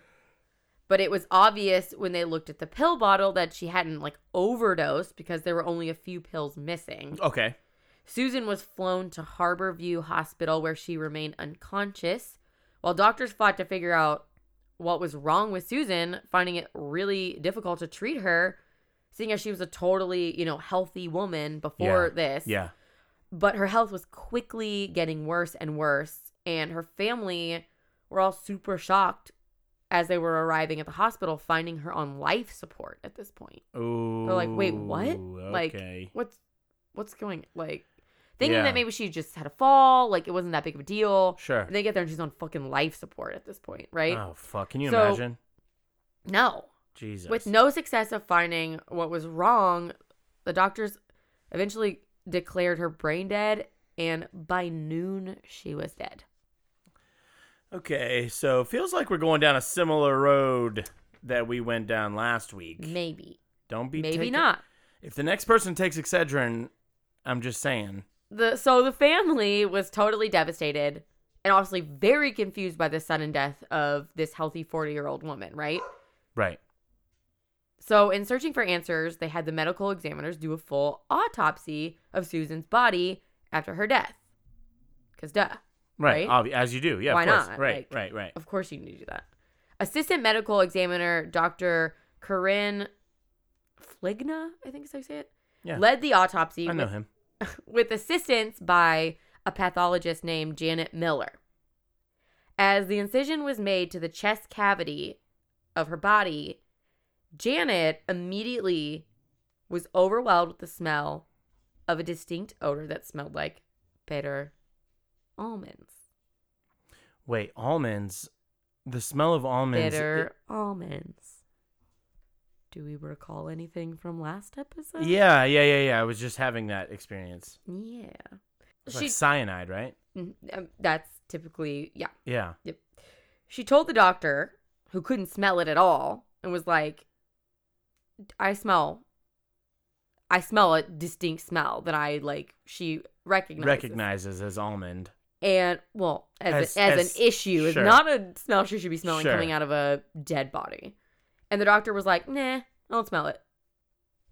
Speaker 1: but it was obvious when they looked at the pill bottle that she hadn't like overdosed because there were only a few pills missing.
Speaker 2: okay.
Speaker 1: Susan was flown to Harborview Hospital where she remained unconscious while doctors fought to figure out what was wrong with Susan, finding it really difficult to treat her seeing as she was a totally, you know, healthy woman before this.
Speaker 2: Yeah.
Speaker 1: But her health was quickly getting worse and worse and her family were all super shocked as they were arriving at the hospital finding her on life support at this point
Speaker 2: Ooh.
Speaker 1: like, wait, what? Like,
Speaker 2: Okay.
Speaker 1: what's what's going like thinking
Speaker 2: Yeah.
Speaker 1: that maybe she just had a fall like it wasn't that big of a deal
Speaker 2: sure.
Speaker 1: and they get there and she's on fucking life support at this point right
Speaker 2: Oh fuck! Can you
Speaker 1: So-
Speaker 2: imagine?
Speaker 1: no
Speaker 2: Jesus.
Speaker 1: with no success of finding what was wrong the doctors eventually declared her brain dead and by noon she was dead
Speaker 2: Okay, so feels like we're going down a similar road that we went down last week.
Speaker 1: maybe
Speaker 2: don't be
Speaker 1: maybe
Speaker 2: taking-
Speaker 1: not
Speaker 2: If the next person takes Excedrin, I'm just saying.
Speaker 1: the so the family was totally devastated and obviously very confused by the sudden death of this healthy 40 year old woman right
Speaker 2: Right.
Speaker 1: So, in searching for answers, they had the medical examiners do a full autopsy of Susan's body after her death. Because, duh,
Speaker 2: Right.
Speaker 1: Right?
Speaker 2: obvi- as you do. Yeah.
Speaker 1: Why
Speaker 2: of course.
Speaker 1: not?
Speaker 2: Right.
Speaker 1: Like-
Speaker 2: right. Right.
Speaker 1: of course you need to do that. Assistant medical examiner Dr. Corinne Fligna, I think is how you say it,
Speaker 2: Yeah.
Speaker 1: led the autopsy
Speaker 2: I know
Speaker 1: with,
Speaker 2: him.
Speaker 1: with assistance by a pathologist named Janet Miller. As the incision was made to the chest cavity of her body, Janet immediately was overwhelmed with the smell of a distinct odor that smelled like bitter almonds.
Speaker 2: Wait, almonds. The smell of almonds.
Speaker 1: bitter almonds. Do we recall anything from last episode?
Speaker 2: yeah, yeah, yeah, yeah. I was just having that experience.
Speaker 1: Yeah.
Speaker 2: It's
Speaker 1: She
Speaker 2: like cyanide, right?
Speaker 1: Mm, um, that's typically yeah.
Speaker 2: Yeah.
Speaker 1: She told the doctor who couldn't smell it at all and was like I smell I smell a distinct smell that I like she recognizes.
Speaker 2: Recognizes as almond.
Speaker 1: and well as
Speaker 2: As-
Speaker 1: a, as,
Speaker 2: as-
Speaker 1: an issue it's
Speaker 2: sure.
Speaker 1: not a smell she should be smelling
Speaker 2: Sure.
Speaker 1: coming out of a dead body and the doctor was like nah i don't smell it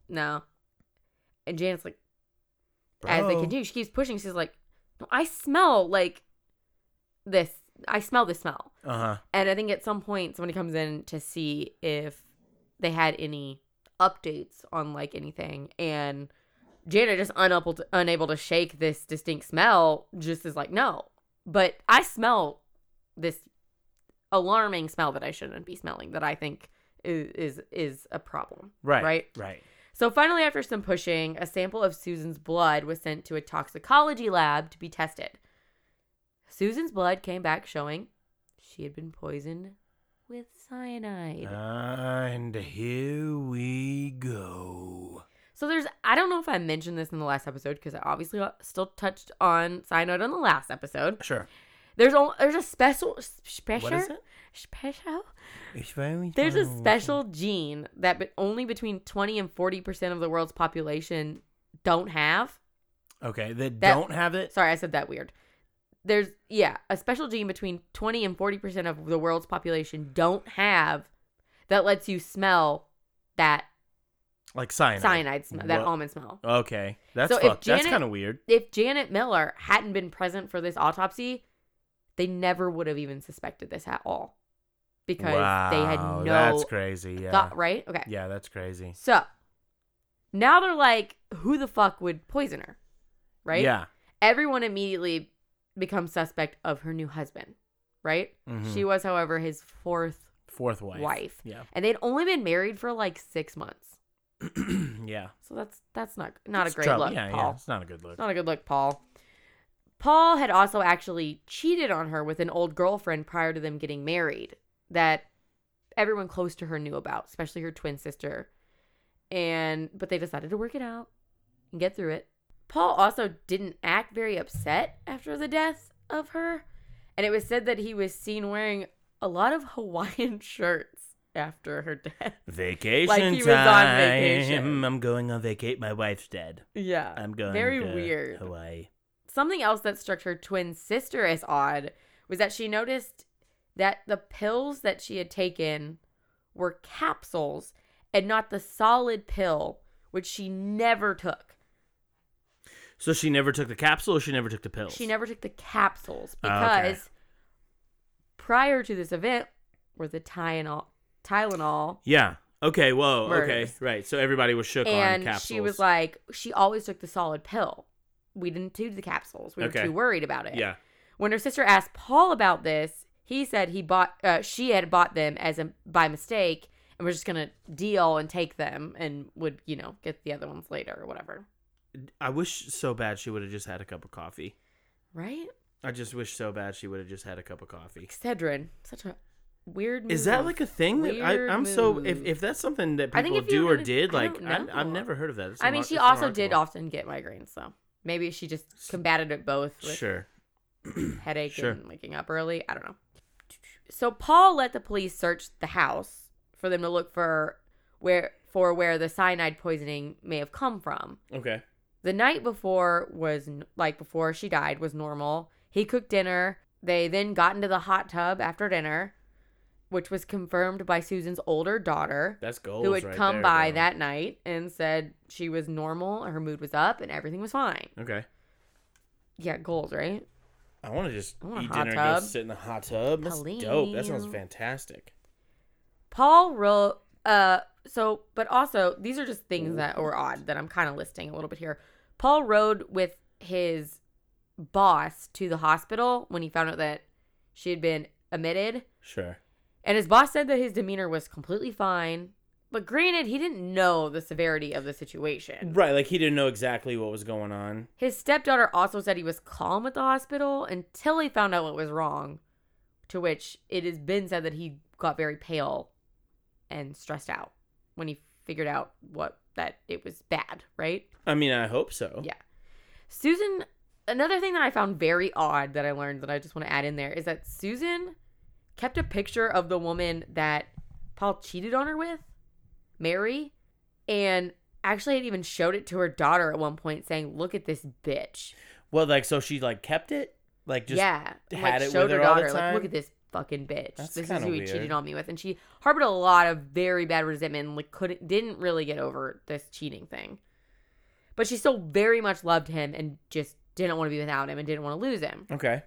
Speaker 1: no and janet's like as they
Speaker 2: Bro.
Speaker 1: continue she keeps pushing she's like no, i smell like this i smell this smell
Speaker 2: Uh huh.
Speaker 1: and i think at some point somebody comes in to see if they had any updates on like anything and Janet just unable to, unable to shake this distinct smell just is like no but I smell this alarming smell that I shouldn't be smelling that I think is is, is a problem
Speaker 2: Right.
Speaker 1: Right.
Speaker 2: Right.
Speaker 1: so finally after some pushing a sample of Susan's blood was sent to a toxicology lab to be tested Susan's blood came back showing she had been poisoned with cyanide
Speaker 2: And here we go.
Speaker 1: So there's, I don't know if I mentioned this in the last episode because I obviously uh, still touched on cyanide on the last episode.
Speaker 2: Sure.
Speaker 1: There's a, there's a special special
Speaker 2: What is it?
Speaker 1: special.
Speaker 2: It's very
Speaker 1: There's a
Speaker 2: small.
Speaker 1: special gene that be, only between 20 and 40 percent of the world's population don't have.
Speaker 2: Okay, that,
Speaker 1: that-
Speaker 2: don't have it.
Speaker 1: Sorry, I said that weird. There's yeah, a special gene between 20 and 40 percent of the world's population don't have that lets you smell that
Speaker 2: Like cyanide.
Speaker 1: cyanide smell, that
Speaker 2: What?
Speaker 1: almond smell.
Speaker 2: Okay, that's
Speaker 1: So if
Speaker 2: fucked. that's
Speaker 1: Janet-
Speaker 2: kind of weird.
Speaker 1: if Janet Miller hadn't been present for this autopsy, they never would have even suspected this at all because
Speaker 2: wow,
Speaker 1: they had no
Speaker 2: That's crazy. Yeah.
Speaker 1: thought, right? Okay.
Speaker 2: Yeah, that's crazy.
Speaker 1: So now they're like, who the fuck would poison her? Right?
Speaker 2: Yeah.
Speaker 1: Everyone immediately becomes suspect of her new husband, right?
Speaker 2: Mhm.
Speaker 1: She was, however, his fourth,
Speaker 2: Fourth wife.
Speaker 1: wife.
Speaker 2: Yeah.
Speaker 1: and they'd only been married for like six months.
Speaker 2: yeah.
Speaker 1: So that's that's not not
Speaker 2: It's
Speaker 1: a great
Speaker 2: trouble.
Speaker 1: look,
Speaker 2: Yeah,
Speaker 1: Paul.
Speaker 2: yeah. It's not a good look.
Speaker 1: It's not a good look, Paul. Paul had also actually cheated on her with an old girlfriend prior to them getting married that everyone close to her knew about, especially her twin sister. And but they decided to work it out and get through it. Paul also didn't act very upset after the death of her, and it was said that he was seen wearing a lot of Hawaiian shirts after her death.
Speaker 2: Vacation
Speaker 1: Like he was on
Speaker 2: time.
Speaker 1: vacation.
Speaker 2: I'm going on vacation. My wife's dead.
Speaker 1: Yeah.
Speaker 2: I'm going.
Speaker 1: Very
Speaker 2: to
Speaker 1: weird.
Speaker 2: Hawaii.
Speaker 1: Something else that struck her twin sister as odd was that she noticed that the pills that she had taken were capsules and not the solid pill, which she never took.
Speaker 2: So she never took the capsule. or She never took the pills.
Speaker 1: She never took the capsules
Speaker 2: Oh,
Speaker 1: because
Speaker 2: okay.
Speaker 1: prior to this event were the Tylenol, Tylenol
Speaker 2: Yeah. Okay. Whoa. Okay.
Speaker 1: Murders.
Speaker 2: Right. So everybody was shook on
Speaker 1: and
Speaker 2: capsules.
Speaker 1: she was like, she always took the solid pill. We didn't do the capsules. We
Speaker 2: Okay.
Speaker 1: were too worried about it.
Speaker 2: Yeah.
Speaker 1: When her sister asked Paul about this, he said he bought uh, she had bought them as a by mistake and was just gonna deal and take them and would you know get the other ones later or whatever.
Speaker 2: I wish so bad she would have just had a cup of coffee.
Speaker 1: Right?
Speaker 2: I just wish so bad she would have just had a cup of coffee.
Speaker 1: Excedrin, such a weird.
Speaker 2: Is that
Speaker 1: move.
Speaker 2: like a thing that I,
Speaker 1: Weird
Speaker 2: I'm so if,
Speaker 1: move.
Speaker 2: if that's something that
Speaker 1: I think
Speaker 2: people
Speaker 1: if you
Speaker 2: do
Speaker 1: were
Speaker 2: or
Speaker 1: to-
Speaker 2: did
Speaker 1: I
Speaker 2: like
Speaker 1: don't
Speaker 2: I I, have
Speaker 1: know.
Speaker 2: never heard of that. It's
Speaker 1: I
Speaker 2: an
Speaker 1: mean,
Speaker 2: ar-
Speaker 1: she
Speaker 2: it's an
Speaker 1: also did
Speaker 2: article.
Speaker 1: often get migraines, so maybe she just combated it both with
Speaker 2: sure.
Speaker 1: headache
Speaker 2: Sure.
Speaker 1: and waking up early. I don't know. So Paul let the police search the house for them to look for where for where the cyanide poisoning may have come from.
Speaker 2: Okay.
Speaker 1: The night before was n- like before she died was normal. He cooked dinner. They then got into the hot tub after dinner, which was confirmed by Susan's older daughter,
Speaker 2: That's gold.
Speaker 1: who had come by that night and said she was normal, her mood was up, and everything was fine.
Speaker 2: Okay.
Speaker 1: Yeah, goals, right?
Speaker 2: I want to just
Speaker 1: I want a
Speaker 2: eat
Speaker 1: hot
Speaker 2: dinner
Speaker 1: tub.
Speaker 2: and go sit in the hot tub. That's dope. That sounds
Speaker 1: Helene.
Speaker 2: fantastic.
Speaker 1: Paul wrote, uh, so, but also, these are just things that were odd that I'm kind of listing a little bit here. Paul rode with his boss to the hospital when he found out that she had been admitted,
Speaker 2: Sure.
Speaker 1: and his boss said that his demeanor was completely fine But granted, he didn't know the severity of the situation.
Speaker 2: Right, like he didn't know exactly what was going on.
Speaker 1: His stepdaughter also said he was calm at the hospital until he found out what was wrong, to which it has been said that he got very pale and stressed out when he figured out what that it was bad, right?
Speaker 2: I mean, I hope so.
Speaker 1: Yeah. Susan, another thing that I found very odd that I learned that I just want to add in there is that Susan kept a picture of the woman that Paul cheated on her with, Mary, and actually had even showed it to her daughter at one point saying, Look at this bitch.
Speaker 2: Well, like so she like kept it, like just
Speaker 1: yeah. and,
Speaker 2: had it with her all the
Speaker 1: like,
Speaker 2: time?
Speaker 1: look at this fucking bitch.
Speaker 2: That's
Speaker 1: this is
Speaker 2: kinda
Speaker 1: who he
Speaker 2: weird.
Speaker 1: cheated on me with. And she harbored a lot of very bad resentment and like couldn't didn't really get over this cheating thing. But she still very much loved him and just didn't want to be without him and didn't want to lose him.
Speaker 2: okay.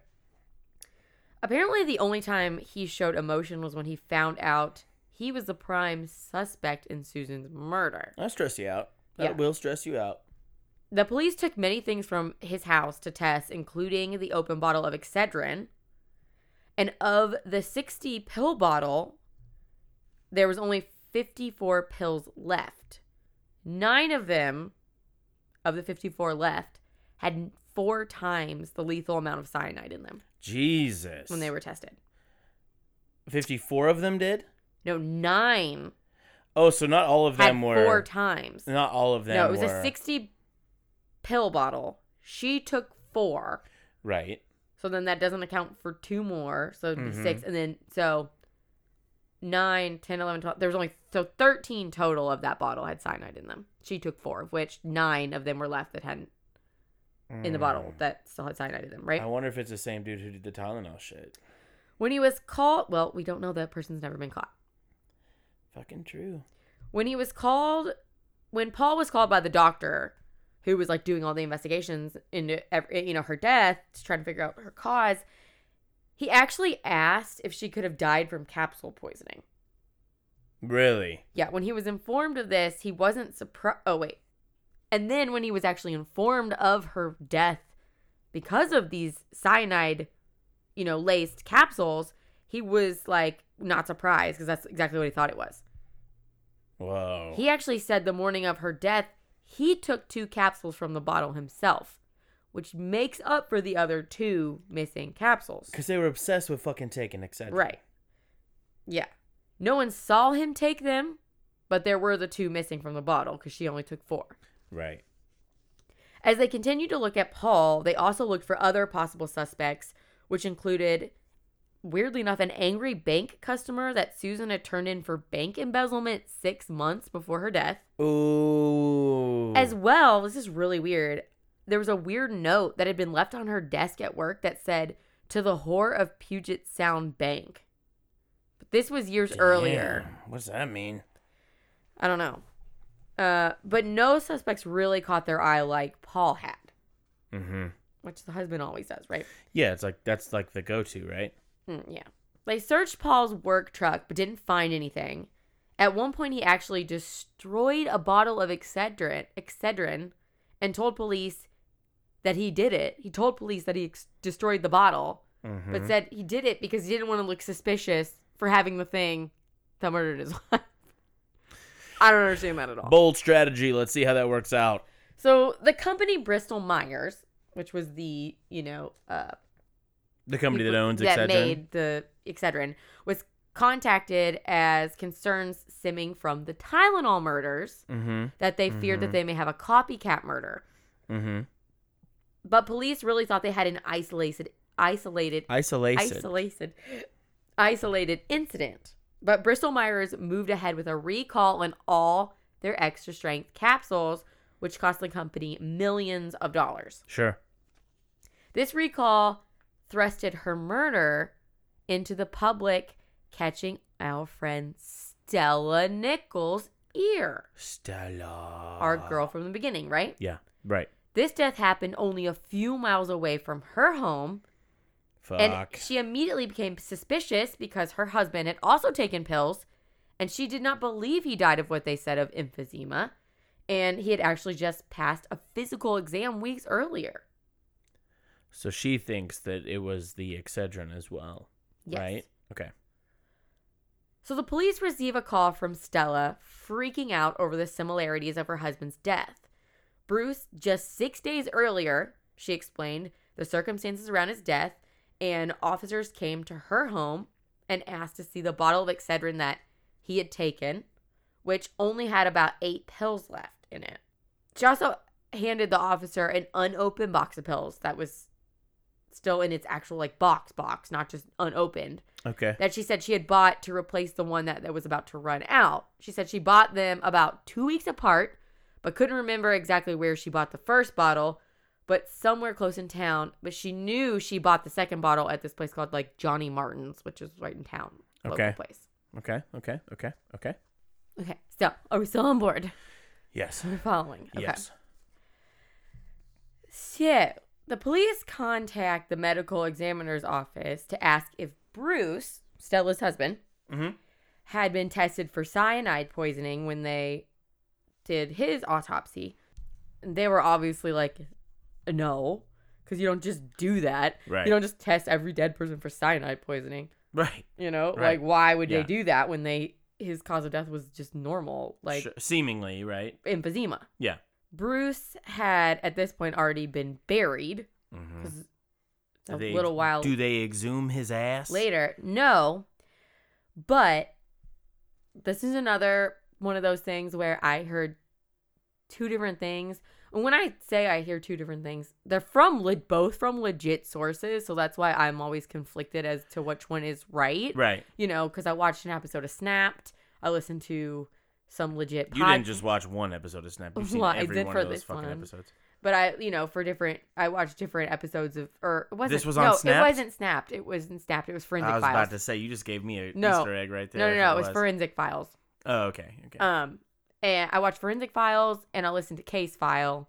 Speaker 1: Apparently, the only time he showed emotion was when he found out he was the prime suspect in Susan's murder.
Speaker 2: I'll stress you out. That
Speaker 1: Yeah.
Speaker 2: will stress you out.
Speaker 1: The police took many things from his house to Tess, including the open bottle of Excedrin. And of the 60 pill bottle, there was only 54 pills left. Nine of them, of the 54 left, had four times the lethal amount of cyanide in them
Speaker 2: Jesus.
Speaker 1: when they were tested.
Speaker 2: fifty-four of them did.
Speaker 1: No, nine
Speaker 2: Oh, so not all of them
Speaker 1: had
Speaker 2: were
Speaker 1: four times.
Speaker 2: not all of them.
Speaker 1: No, it was
Speaker 2: were,
Speaker 1: a 60 pill bottle. She took four.
Speaker 2: Right.
Speaker 1: So then that doesn't account for two more. So it'd be
Speaker 2: Mhm.
Speaker 1: six. And then so nine, 10, 11, 12. There was only so 13 total of that bottle had cyanide in them. She took four, of which nine of them were left that hadn't in the bottle
Speaker 2: Mm.
Speaker 1: that still had cyanide in them, right?
Speaker 2: I wonder if it's the same dude who did the Tylenol shit.
Speaker 1: When he was called, well, we don't know. That person's never been caught.
Speaker 2: Fucking true.
Speaker 1: when he was called when paul was called by the doctor who was like doing all the investigations into ev- you know her death to try to figure out her cause he actually asked if she could have died from capsule poisoning
Speaker 2: Really?
Speaker 1: yeah when he was informed of this he wasn't surprised oh wait and then when he was actually informed of her death because of these cyanide you know laced capsules he was like not surprised because that's exactly what he thought it was
Speaker 2: Whoa.
Speaker 1: He actually said the morning of her death, he took two capsules from the bottle himself, which makes up for the other two missing capsules.
Speaker 2: Because they were obsessed with fucking taking Excedrin.
Speaker 1: Right. Yeah. No one saw him take them, but there were the two missing from the bottle because she only took four.
Speaker 2: Right.
Speaker 1: As they continued to look at Paul, they also looked for other possible suspects, which included, weirdly enough, an angry bank customer that Susan had turned in for bank embezzlement six months before her death.
Speaker 2: Ooh.
Speaker 1: As well, this is really weird. There was a weird note that had been left on her desk at work that said, "To the whore of Puget Sound Bank." But this was years earlier.
Speaker 2: Damn, What's that mean?
Speaker 1: I don't know. Uh, but no suspects really caught their eye like Paul had,
Speaker 2: Mm-hmm.
Speaker 1: which the husband always does, right?
Speaker 2: Yeah, it's like that's like the go-to, right?
Speaker 1: Mm, yeah. They searched Paul's work truck but didn't find anything. At one point, he actually destroyed a bottle of Excedrin, Excedrin and told police that he did it. He told police that he ex- destroyed the bottle,
Speaker 2: Mm-hmm.
Speaker 1: but said he did it because he didn't want to look suspicious for having the thing that murdered his wife. I don't understand that at all.
Speaker 2: Bold strategy. Let's see how that works out.
Speaker 1: so the company Bristol Myers, which was the you know uh,
Speaker 2: The company that
Speaker 1: people-
Speaker 2: owns
Speaker 1: that
Speaker 2: Excedrin.
Speaker 1: made the Excedrin was contacted as concerns stemming from the Tylenol murders
Speaker 2: Mm-hmm.
Speaker 1: that they feared that
Speaker 2: Mhm.
Speaker 1: they may have a copycat murder.
Speaker 2: Mm-hmm.
Speaker 1: But police really thought they had an isolated isolated
Speaker 2: Isolation.
Speaker 1: isolated isolated incident. But Bristol Myers moved ahead with a recall on all their extra strength capsules, which cost the company millions of dollars.
Speaker 2: sure.
Speaker 1: This recall thrusted her murder into the public, catching our friend Stella Nichols' ear.
Speaker 2: Stella.
Speaker 1: Our girl from the beginning, right?
Speaker 2: Yeah. Right.
Speaker 1: This death happened only a few miles away from her home,
Speaker 2: Fuck.
Speaker 1: and she immediately became suspicious because her husband had also taken pills, and she did not believe he died of what they said of emphysema, and he had actually just passed a physical exam weeks earlier.
Speaker 2: so she thinks that it was the Excedrin as well.
Speaker 1: Yes.
Speaker 2: Right. Okay.
Speaker 1: So the police receive a call from Stella freaking out over the similarities of her husband's death. Bruce, just six days earlier, she explained the circumstances around his death, and officers came to her home and asked to see the bottle of Excedrin that he had taken, which only had about eight pills left in it. She also handed the officer an unopened box of pills that was still in its actual like box box, not just unopened
Speaker 2: Okay.
Speaker 1: that she said she had bought to replace the one that, that was about to run out. She said she bought them about two weeks apart, but couldn't remember exactly where she bought the first bottle, but somewhere close in town. But she knew she bought the second bottle at this place called like Johnny Martin's, which is right in town. local
Speaker 2: Okay.
Speaker 1: place.
Speaker 2: Okay. Okay. Okay. Okay.
Speaker 1: Okay. So are we still on board?
Speaker 2: Yes.
Speaker 1: We're following. Okay.
Speaker 2: Yes.
Speaker 1: So, the police contact the medical examiner's office to ask if Bruce, Stella's husband,
Speaker 2: Mhm.
Speaker 1: had been tested for cyanide poisoning when they did his autopsy. And they were obviously like, no, because you don't just do that.
Speaker 2: Right.
Speaker 1: You don't just test every dead person for cyanide poisoning.
Speaker 2: Right.
Speaker 1: You know,
Speaker 2: Right.
Speaker 1: like why would
Speaker 2: Yeah.
Speaker 1: they do that when they his cause of death was just normal, like
Speaker 2: Sure. Seemingly, right?
Speaker 1: emphysema.
Speaker 2: Yeah.
Speaker 1: Bruce had at this point already been buried
Speaker 2: Mm-hmm.
Speaker 1: 'Cause a little while
Speaker 2: Do Mm-hmm. they exhume his ass?
Speaker 1: later. No, but this is another one of those things where I heard two different things. And when I say I hear two different things, they're from le- both from legit sources, so that's why I'm always conflicted as to which one is right.
Speaker 2: Right.
Speaker 1: You know, because I watched an episode of Snapped, I listened to some legit.
Speaker 2: You
Speaker 1: pod-
Speaker 2: didn't just watch one episode of Snap. You've seen
Speaker 1: Well, I
Speaker 2: every
Speaker 1: did
Speaker 2: one
Speaker 1: for
Speaker 2: of those
Speaker 1: this
Speaker 2: fucking
Speaker 1: one.
Speaker 2: episodes.
Speaker 1: But I, you know, for different, I watched different episodes of, or it wasn't.
Speaker 2: This was on
Speaker 1: no,
Speaker 2: Snapped?
Speaker 1: it wasn't Snapped. It wasn't Snapped. It was Forensic
Speaker 2: I was
Speaker 1: Files.
Speaker 2: about to say you just gave me a
Speaker 1: No.
Speaker 2: Easter egg right there.
Speaker 1: no, no,
Speaker 2: if
Speaker 1: no. It was Forensic Files.
Speaker 2: Oh, okay. Okay.
Speaker 1: Um, and I watch Forensic Files and I listen to Case File.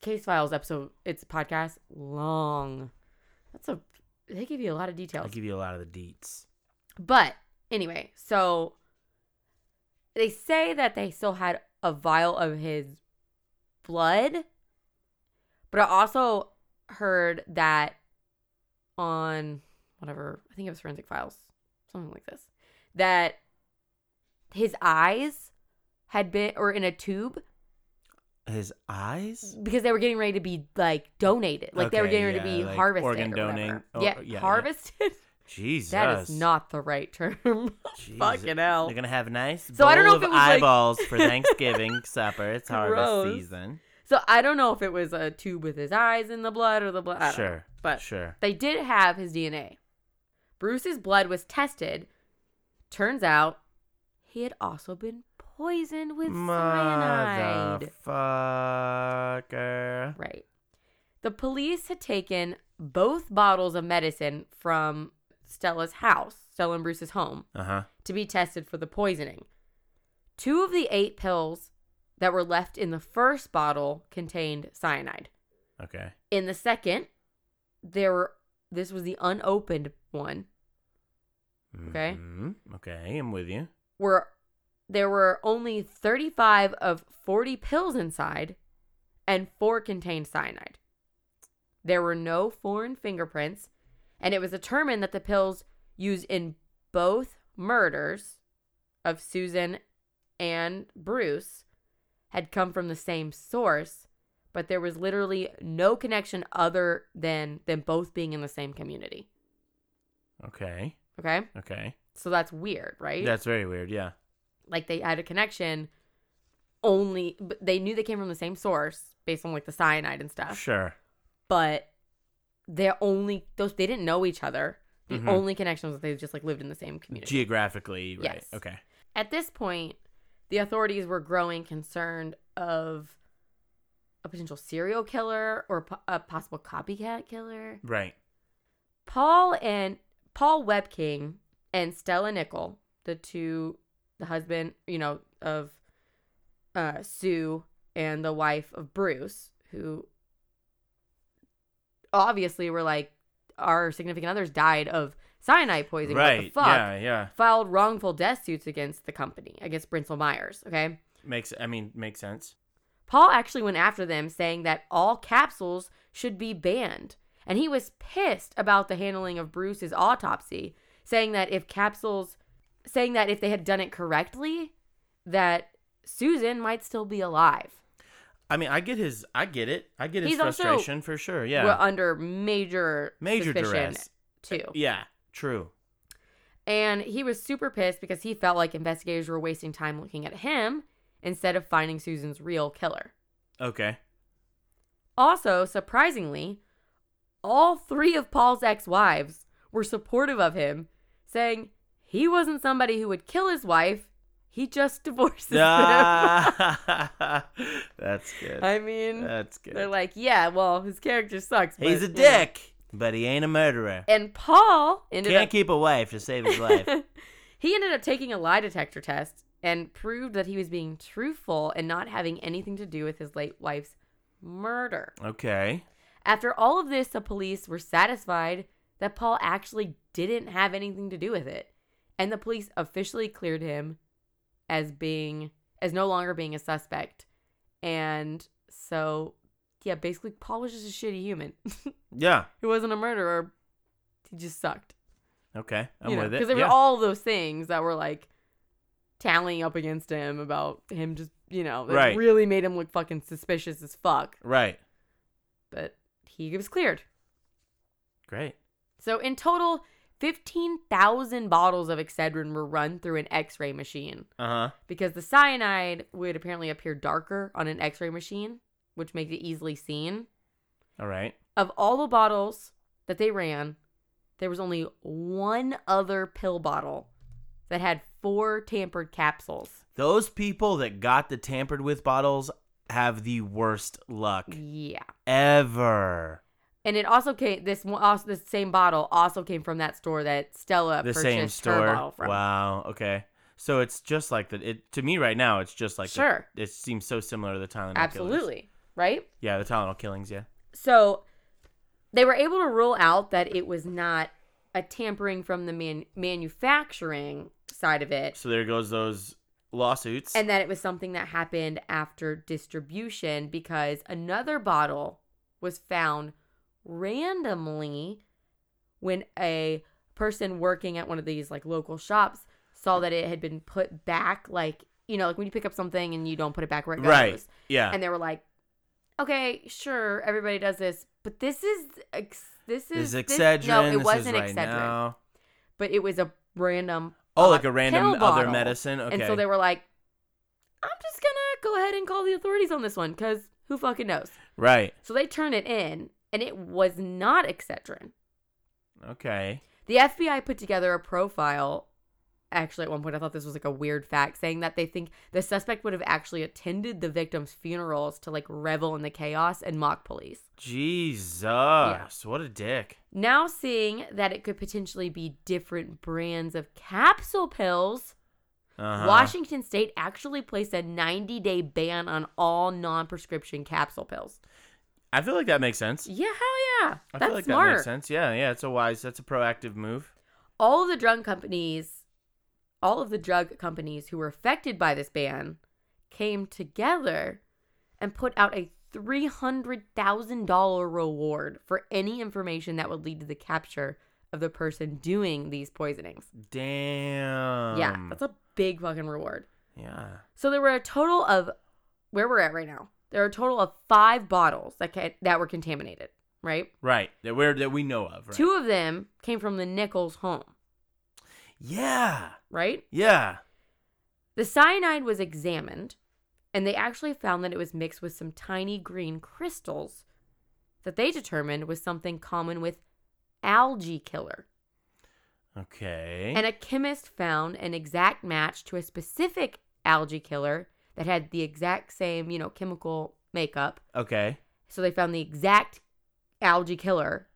Speaker 1: Case Files episode. It's a podcast. Long. That's a. They give you a lot of
Speaker 2: I'll
Speaker 1: details.
Speaker 2: give you a lot of the deets.
Speaker 1: But anyway, so they say that they still had a vial of his blood, but I also heard that on whatever, I think it was Forensic Files, something like this, that his eyes had been or in a tube
Speaker 2: His eyes.
Speaker 1: because they were getting ready to be like donated like they were
Speaker 2: Okay,
Speaker 1: getting ready to
Speaker 2: yeah,
Speaker 1: be
Speaker 2: like
Speaker 1: harvested
Speaker 2: organ
Speaker 1: or
Speaker 2: donating-
Speaker 1: whatever.
Speaker 2: or-
Speaker 1: yeah,
Speaker 2: yeah, yeah.
Speaker 1: harvested
Speaker 2: Jesus.
Speaker 1: that is not the right term
Speaker 2: Jesus.
Speaker 1: Fucking hell.
Speaker 2: They're gonna have a nice
Speaker 1: So
Speaker 2: bowl
Speaker 1: I don't know
Speaker 2: of
Speaker 1: if it was, like-
Speaker 2: eyeballs for Thanksgiving supper. It's harvest
Speaker 1: Gross.
Speaker 2: season.
Speaker 1: So I don't know if it was a tube with his eyes in the blood or the blood. I don't know.
Speaker 2: Sure.
Speaker 1: But
Speaker 2: Sure.
Speaker 1: they did have his DNA. Bruce's blood was tested. Turns out he had also been poisoned with cyanide.
Speaker 2: Motherfucker.
Speaker 1: Right. The police had taken both bottles of medicine from Stella's house, Stella and Bruce's home,
Speaker 2: Uh huh.
Speaker 1: to be tested for the poisoning. Two of the eight pills that were left in the first bottle contained cyanide.
Speaker 2: Okay.
Speaker 1: In the second, there were this was the unopened one Okay.
Speaker 2: Mhm. Okay. I'm with you.
Speaker 1: where there were only 35 of 40 pills inside and four contained cyanide. There were no foreign fingerprints and it was determined that the pills used in both murders of Susan and Bruce had come from the same source, but there was literally no connection other than them both being in the same community.
Speaker 2: Okay.
Speaker 1: Okay?
Speaker 2: Okay.
Speaker 1: So that's weird, right?
Speaker 2: That's very weird. Yeah.
Speaker 1: like they had a connection only but they knew they came from the same source based on like the cyanide and stuff
Speaker 2: Sure.
Speaker 1: but they're only those they didn't know each other the
Speaker 2: Mhm.
Speaker 1: only connection was that they just like lived in the same community
Speaker 2: Geographically, right?
Speaker 1: Yes.
Speaker 2: Okay.
Speaker 1: at this point the authorities were growing concerned of a potential serial killer or po- a possible copycat killer
Speaker 2: Right.
Speaker 1: Paul and Paul Webking and Stella Nickel, the two, the husband, you know, of uh, Sue and the wife of Bruce, who obviously were like our significant others died of cyanide poisoning. What the
Speaker 2: Right.
Speaker 1: fuck?
Speaker 2: Yeah. Yeah.
Speaker 1: Filed wrongful death suits against the company, against Brinsel Myers. Okay.
Speaker 2: Makes. I mean, makes sense.
Speaker 1: Paul actually went after them saying that all capsules should be banned. And he was pissed about the handling of Bruce's autopsy, saying that if capsules saying that if they had done it correctly, that Susan might still be alive.
Speaker 2: I mean, I get his, I get it, I get his
Speaker 1: He's also-
Speaker 2: frustration for sure. Yeah,
Speaker 1: We're under major
Speaker 2: major
Speaker 1: suspicion
Speaker 2: duress.
Speaker 1: too.
Speaker 2: Yeah, true.
Speaker 1: And he was super pissed because he felt like investigators were wasting time looking at him instead of finding Susan's real killer.
Speaker 2: Okay.
Speaker 1: Also, surprisingly, all three of Paul's ex wives were supportive of him, saying he wasn't somebody who would kill his wife, he just divorces
Speaker 2: Ah, that's
Speaker 1: them.
Speaker 2: good.
Speaker 1: I mean,
Speaker 2: That's good.
Speaker 1: they're like, yeah, well, his character sucks.
Speaker 2: He's a
Speaker 1: but, you know."
Speaker 2: dick, but he ain't a murderer.
Speaker 1: And Paul ended
Speaker 2: Can't
Speaker 1: up
Speaker 2: keep a wife to save his life.
Speaker 1: he ended up taking a lie detector test and proved that he was being truthful and not having anything to do with his late wife's murder.
Speaker 2: okay.
Speaker 1: After all of this, the police were satisfied that Paul actually didn't have anything to do with it, and the police officially cleared him as being as no longer being a suspect. And so, yeah, basically Paul was just a shitty human.
Speaker 2: Yeah.
Speaker 1: he wasn't a murderer. He just sucked
Speaker 2: Okay. I'm
Speaker 1: you know,
Speaker 2: with it.
Speaker 1: because there
Speaker 2: yeah.
Speaker 1: were all those things that were like tallying up against him about him just you know that
Speaker 2: Right.
Speaker 1: really made him look fucking suspicious as fuck.
Speaker 2: right.
Speaker 1: But he was cleared.
Speaker 2: Great.
Speaker 1: So in total, fifteen thousand bottles of Excedrin were run through an X-ray machine
Speaker 2: Uh huh.
Speaker 1: because the cyanide would apparently appear darker on an X-ray machine, which makes it easily seen.
Speaker 2: All right.
Speaker 1: Of all the bottles that they ran, there was only one other pill bottle that had four tampered capsules.
Speaker 2: Those people that got the tampered with bottles have the worst luck
Speaker 1: Yeah.
Speaker 2: ever.
Speaker 1: And it also came this one also this same bottle also came from that store that Stella
Speaker 2: the
Speaker 1: purchased
Speaker 2: same
Speaker 1: her
Speaker 2: store.
Speaker 1: bottle from.
Speaker 2: Wow. Okay. So it's just like the it to me right now. It's just like the-
Speaker 1: Sure.
Speaker 2: it seems so similar to the Tylenol. Killings.
Speaker 1: Absolutely. Right?
Speaker 2: Yeah, the Tylenol killings. Yeah.
Speaker 1: So they were able to rule out that it was not a tampering from the man- manufacturing side of it
Speaker 2: So there goes those lawsuits.
Speaker 1: and that it was something that happened after distribution because another bottle was found randomly when a person working at one of these like local shops saw that it had been put back like you know like when you pick up something and you don't put it back where it goes
Speaker 2: Right. yeah.
Speaker 1: and they were like okay sure everybody does this but this is ex- this
Speaker 2: this
Speaker 1: is
Speaker 2: is
Speaker 1: this-
Speaker 2: Excedrin.
Speaker 1: no
Speaker 2: this
Speaker 1: it
Speaker 2: is
Speaker 1: wasn't
Speaker 2: right
Speaker 1: Excedrin
Speaker 2: now.
Speaker 1: but it was a random
Speaker 2: Oh,
Speaker 1: uh,
Speaker 2: like a
Speaker 1: pill
Speaker 2: random other
Speaker 1: bottle.
Speaker 2: medicine. Okay.
Speaker 1: And so they were like, I'm just gonna go ahead and call the authorities on this one because who fucking knows?
Speaker 2: right.
Speaker 1: So they turn it in and it was not Excedrin.
Speaker 2: Okay.
Speaker 1: The FBI put together a profile. Actually, at one point, I thought this was like a weird fact saying that they think the suspect would have actually attended the victim's funerals to like revel in the chaos and mock police.
Speaker 2: Jesus. What a dick.
Speaker 1: Now, seeing that it could potentially be different brands of capsule pills,
Speaker 2: Uh-huh.
Speaker 1: Washington state actually placed a 90 day ban on all non prescription capsule pills.
Speaker 2: I feel like that makes sense.
Speaker 1: Yeah, hell yeah.
Speaker 2: I
Speaker 1: That's
Speaker 2: feel like
Speaker 1: smart.
Speaker 2: that makes sense. Yeah, yeah. It's a wise. That's a proactive move.
Speaker 1: All of the drug companies, all of the drug companies who were affected by this ban came together and put out a $300,000 reward for any information that would lead to the capture of the person doing these poisonings.
Speaker 2: Damn.
Speaker 1: yeah, that's a big fucking reward.
Speaker 2: yeah.
Speaker 1: So there were a total of where we're at right now. There are a total of five bottles that ca- that were contaminated. Right?
Speaker 2: Right. That we're that we know of. Right?
Speaker 1: Two of them came from the Nichols home.
Speaker 2: Yeah.
Speaker 1: Right?
Speaker 2: Yeah.
Speaker 1: The cyanide was examined, and they actually found that it was mixed with some tiny green crystals that they determined was something common with algae killer.
Speaker 2: Okay.
Speaker 1: And a chemist found an exact match to a specific algae killer that had the exact same, you know, chemical makeup
Speaker 2: okay.
Speaker 1: So they found the exact algae killer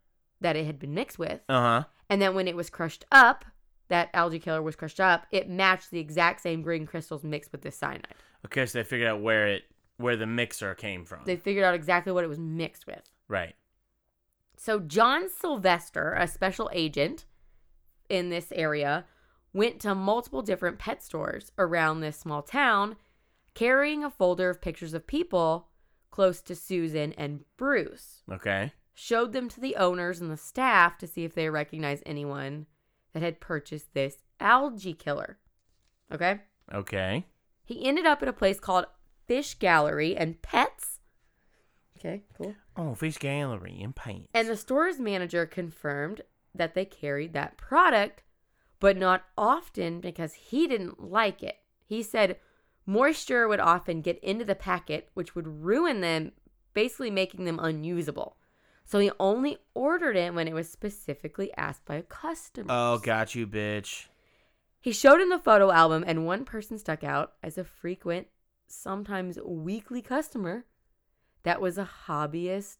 Speaker 1: that it had been mixed with.
Speaker 2: Uh huh.
Speaker 1: And then when it was crushed up, that algae killer was crushed up, it matched the exact same green crystals mixed with this cyanide.
Speaker 2: Okay, so they figured out where it where the mixer came from.
Speaker 1: They figured out exactly what it was mixed with.
Speaker 2: right.
Speaker 1: So John Sylvester, a special agent in this area, went to multiple different pet stores around this small town carrying a folder of pictures of people close to Susan and Bruce.
Speaker 2: Okay.
Speaker 1: showed them to the owners and the staff to see if they recognized anyone that had purchased this algae killer. Okay?
Speaker 2: Okay.
Speaker 1: He ended up at a place called Fish Gallery and Pets. Okay, cool.
Speaker 2: Oh, fish gallery and paint.
Speaker 1: And the store's manager confirmed that they carried that product, but not often because he didn't like it. He said moisture would often get into the packet, which would ruin them, basically making them unusable. So he only ordered it when it was specifically asked by a customer.
Speaker 2: oh, got you, bitch.
Speaker 1: He showed him the photo album, and one person stuck out as a frequent, sometimes weekly customer that was a hobbyist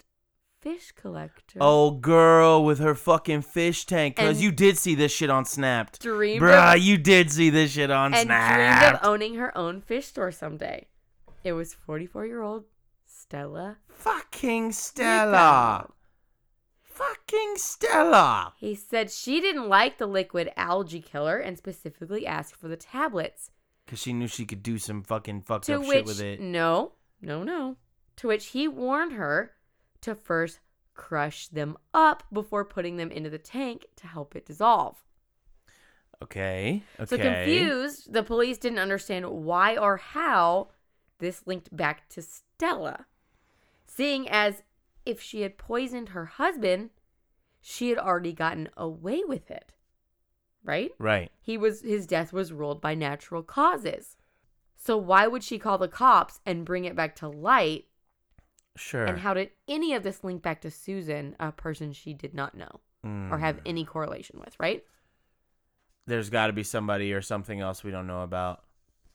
Speaker 1: fish collector.
Speaker 2: Oh, girl with her fucking fish tank. Cause
Speaker 1: And-
Speaker 2: you did see this shit on Snapped.
Speaker 1: dreamed
Speaker 2: Bruh,
Speaker 1: of,
Speaker 2: you did see this shit on
Speaker 1: and oh, dreamed
Speaker 2: Snapped.
Speaker 1: of owning her own fish store someday. It was 44 year old Stella.
Speaker 2: Fucking Stella. Fucking Stella.
Speaker 1: He said she didn't like the liquid algae killer and specifically asked for the tablets.
Speaker 2: Cause she knew she could do some fucking fucked
Speaker 1: To
Speaker 2: up
Speaker 1: which,
Speaker 2: shit with it.
Speaker 1: no, no, no. To which he warned her to first crush them up before putting them into the tank to help it dissolve.
Speaker 2: Okay. Okay.
Speaker 1: So confused, the police didn't understand why or how this linked back to Stella, seeing as if she had poisoned her husband, she had already gotten away with it. Right?
Speaker 2: Right.
Speaker 1: He was his death was ruled by natural causes. So why would she call the cops and bring it back to light?
Speaker 2: Sure.
Speaker 1: And how did any of this link back to Susan, a person she did not know or have
Speaker 2: Mm.
Speaker 1: any correlation with, right?
Speaker 2: There's got to be somebody or something else we don't know about.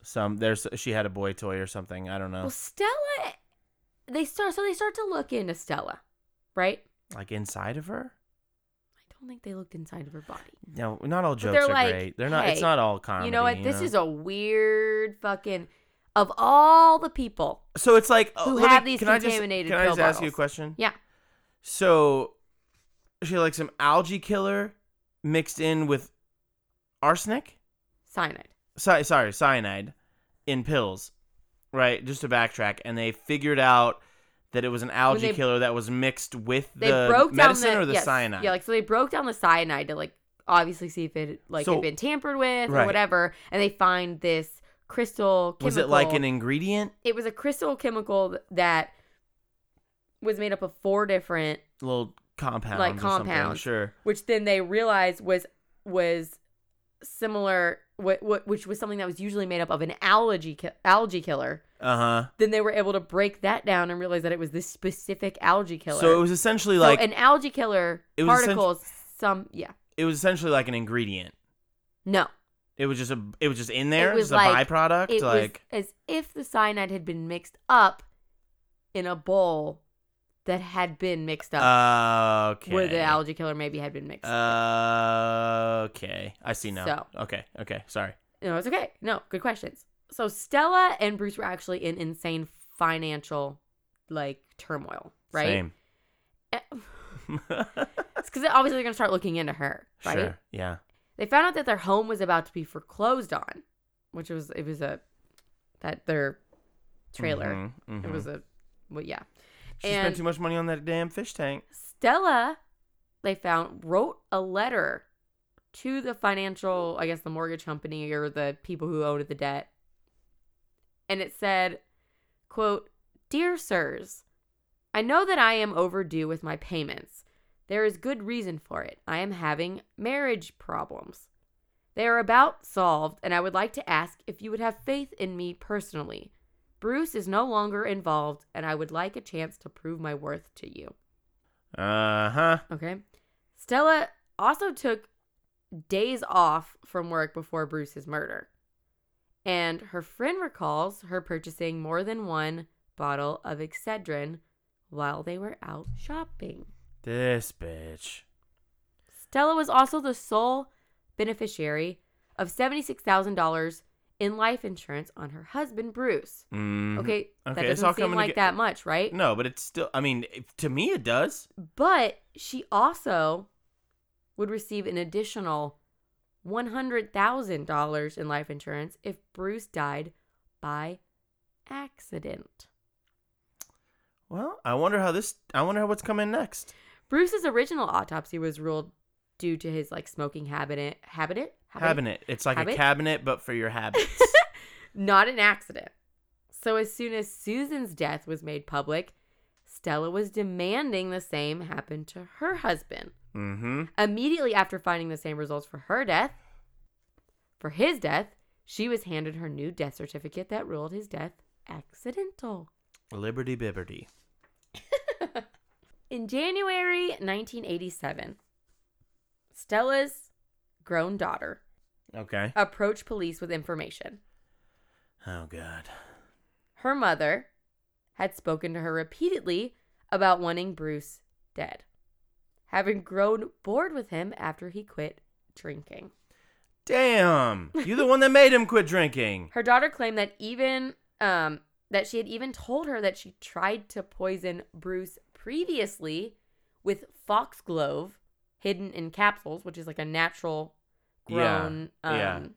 Speaker 2: Some there's she had a boy toy or something. I don't know.
Speaker 1: Well, Stella, they start so they start to look into Stella, right?
Speaker 2: like inside of her.
Speaker 1: I don't think they looked inside of her body.
Speaker 2: No, not all
Speaker 1: But
Speaker 2: jokes
Speaker 1: they're
Speaker 2: are
Speaker 1: like,
Speaker 2: great. They're not. It's
Speaker 1: "Hey,
Speaker 2: not all comedy.
Speaker 1: you know what? This is a weird fucking. Of all the people,
Speaker 2: so it's like oh,
Speaker 1: who
Speaker 2: let me-
Speaker 1: have these
Speaker 2: can I just-
Speaker 1: contaminated
Speaker 2: Can I
Speaker 1: pill
Speaker 2: just ask you a
Speaker 1: bottles.
Speaker 2: question?
Speaker 1: yeah,
Speaker 2: So she like some algae killer mixed in with arsenic.
Speaker 1: cyanide.
Speaker 2: Sorry, sorry, cyanide in pills. Right, just to backtrack, and they figured out that it was an algae
Speaker 1: they-
Speaker 2: killer that was mixed with
Speaker 1: They
Speaker 2: the
Speaker 1: broke down
Speaker 2: medicine
Speaker 1: the,
Speaker 2: or the
Speaker 1: yes,
Speaker 2: cyanide.
Speaker 1: Yeah, like so they broke down the cyanide to like obviously see if it like
Speaker 2: So-
Speaker 1: had been tampered with
Speaker 2: Right.
Speaker 1: or whatever, and they find this crystal. Chemical.
Speaker 2: was it like an ingredient?
Speaker 1: It was a crystal chemical th- that was made up of four different
Speaker 2: little compound
Speaker 1: Like
Speaker 2: or something,
Speaker 1: compounds.
Speaker 2: sure
Speaker 1: which then they realized was was similar what what which was something that was usually made up of an algae ki- algae killer
Speaker 2: uh-huh
Speaker 1: then they were able to break that down and realize that it was this specific algae killer
Speaker 2: so it was essentially
Speaker 1: So
Speaker 2: like
Speaker 1: an algae killer
Speaker 2: It was essen-
Speaker 1: particles some yeah
Speaker 2: it was essentially like an ingredient
Speaker 1: no
Speaker 2: it was just a it was just in there
Speaker 1: It was
Speaker 2: just a
Speaker 1: like-
Speaker 2: byproduct
Speaker 1: it
Speaker 2: like
Speaker 1: was as if the cyanide had been mixed up in a bowl that had been mixed up
Speaker 2: uh, okay
Speaker 1: where the algae killer maybe had been mixed up
Speaker 2: uh, okay i see now
Speaker 1: So-
Speaker 2: okay okay sorry
Speaker 1: No, it's okay. No, good questions. So Stella and Bruce were actually in insane financial like turmoil, right?
Speaker 2: same
Speaker 1: Eh, It's because obviously they're gonna start looking into her, right?
Speaker 2: sure yeah
Speaker 1: They found out that their home was about to be foreclosed on, which was it was a that their trailer.
Speaker 2: Mhm, mhm.
Speaker 1: It was a well, yeah.
Speaker 2: she spent
Speaker 1: and-
Speaker 2: too much money on that damn fish tank
Speaker 1: Stella, they found wrote a letter to the financial, I guess the mortgage company or the people who owed the debt. And it said, quote, "Dear sirs, I know that I am overdue with my payments. There is good reason for it. I am having marriage problems. They are about solved, and I would like to ask if you would have faith in me personally. Bruce is no longer involved, and I would like a chance to prove my worth to you."
Speaker 2: uh-huh
Speaker 1: Okay. Stella also took days off from work before Bruce's murder. And her friend recalls her purchasing more than one bottle of Excedrin while they were out shopping.
Speaker 2: this bitch
Speaker 1: Stella was also the sole beneficiary of $76,000 in life insurance on her husband, Bruce.
Speaker 2: Mhm.
Speaker 1: Okay, that
Speaker 2: Okay, it's all
Speaker 1: doesn't seem
Speaker 2: coming
Speaker 1: like
Speaker 2: toge-
Speaker 1: that much, right?
Speaker 2: no but it's still i mean if- to me it does
Speaker 1: But she also would receive an additional $100,000 in life insurance if Bruce died by accident.
Speaker 2: well i wonder how this i wonder what's coming next
Speaker 1: Bruce's original autopsy was ruled due to his like smoking habit habit Habit?
Speaker 2: Cabinet. It's like
Speaker 1: Habit?
Speaker 2: a cabinet, but for your habits.
Speaker 1: Not an accident. So as soon as Susan's death was made public, Stella was demanding the same happen to her husband.
Speaker 2: mm-hmm.
Speaker 1: Immediately after finding the same results for her death, for his death, she was handed her new death certificate that ruled his death accidental.
Speaker 2: Liberty bibberty.
Speaker 1: In January 1987, Stella's grown daughter Uh,
Speaker 2: Okay.
Speaker 1: approached police with information.
Speaker 2: Oh God.
Speaker 1: Her mother had spoken to her repeatedly about wanting Bruce dead, having grown bored with him after he quit drinking.
Speaker 2: Damn. You the one that made him quit drinking.
Speaker 1: Her daughter claimed that even um, that she had even told her that she tried to poison Bruce previously with foxglove hidden in capsules, which is like a natural
Speaker 2: Yeah,
Speaker 1: grown
Speaker 2: yeah.
Speaker 1: um,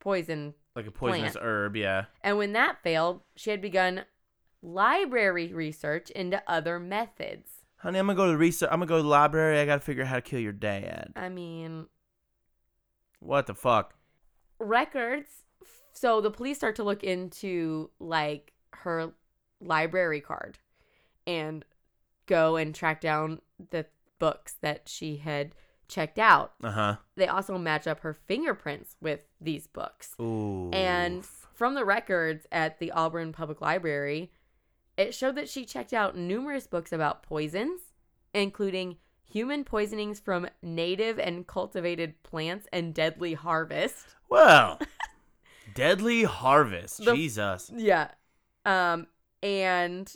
Speaker 1: poison.
Speaker 2: Like a poisonous
Speaker 1: Plant.
Speaker 2: herb, yeah.
Speaker 1: And when that failed, she had begun library research into other methods.
Speaker 2: Honey, I'm gonna go to the research. I'm gonna go to the library. I gotta figure out how to kill your dad.
Speaker 1: I mean,
Speaker 2: What the fuck?
Speaker 1: records. So the police start to look into like her library card and go and track down the books that she had checked out.
Speaker 2: Uh huh.
Speaker 1: They also match up her fingerprints with these books.
Speaker 2: Ooh.
Speaker 1: And from the records at the Auburn Public Library, it showed that she checked out numerous books about poisons, including human poisonings from native and cultivated plants and deadly harvest.
Speaker 2: well, deadly harvest.
Speaker 1: The-
Speaker 2: Jesus.
Speaker 1: Yeah. Um, and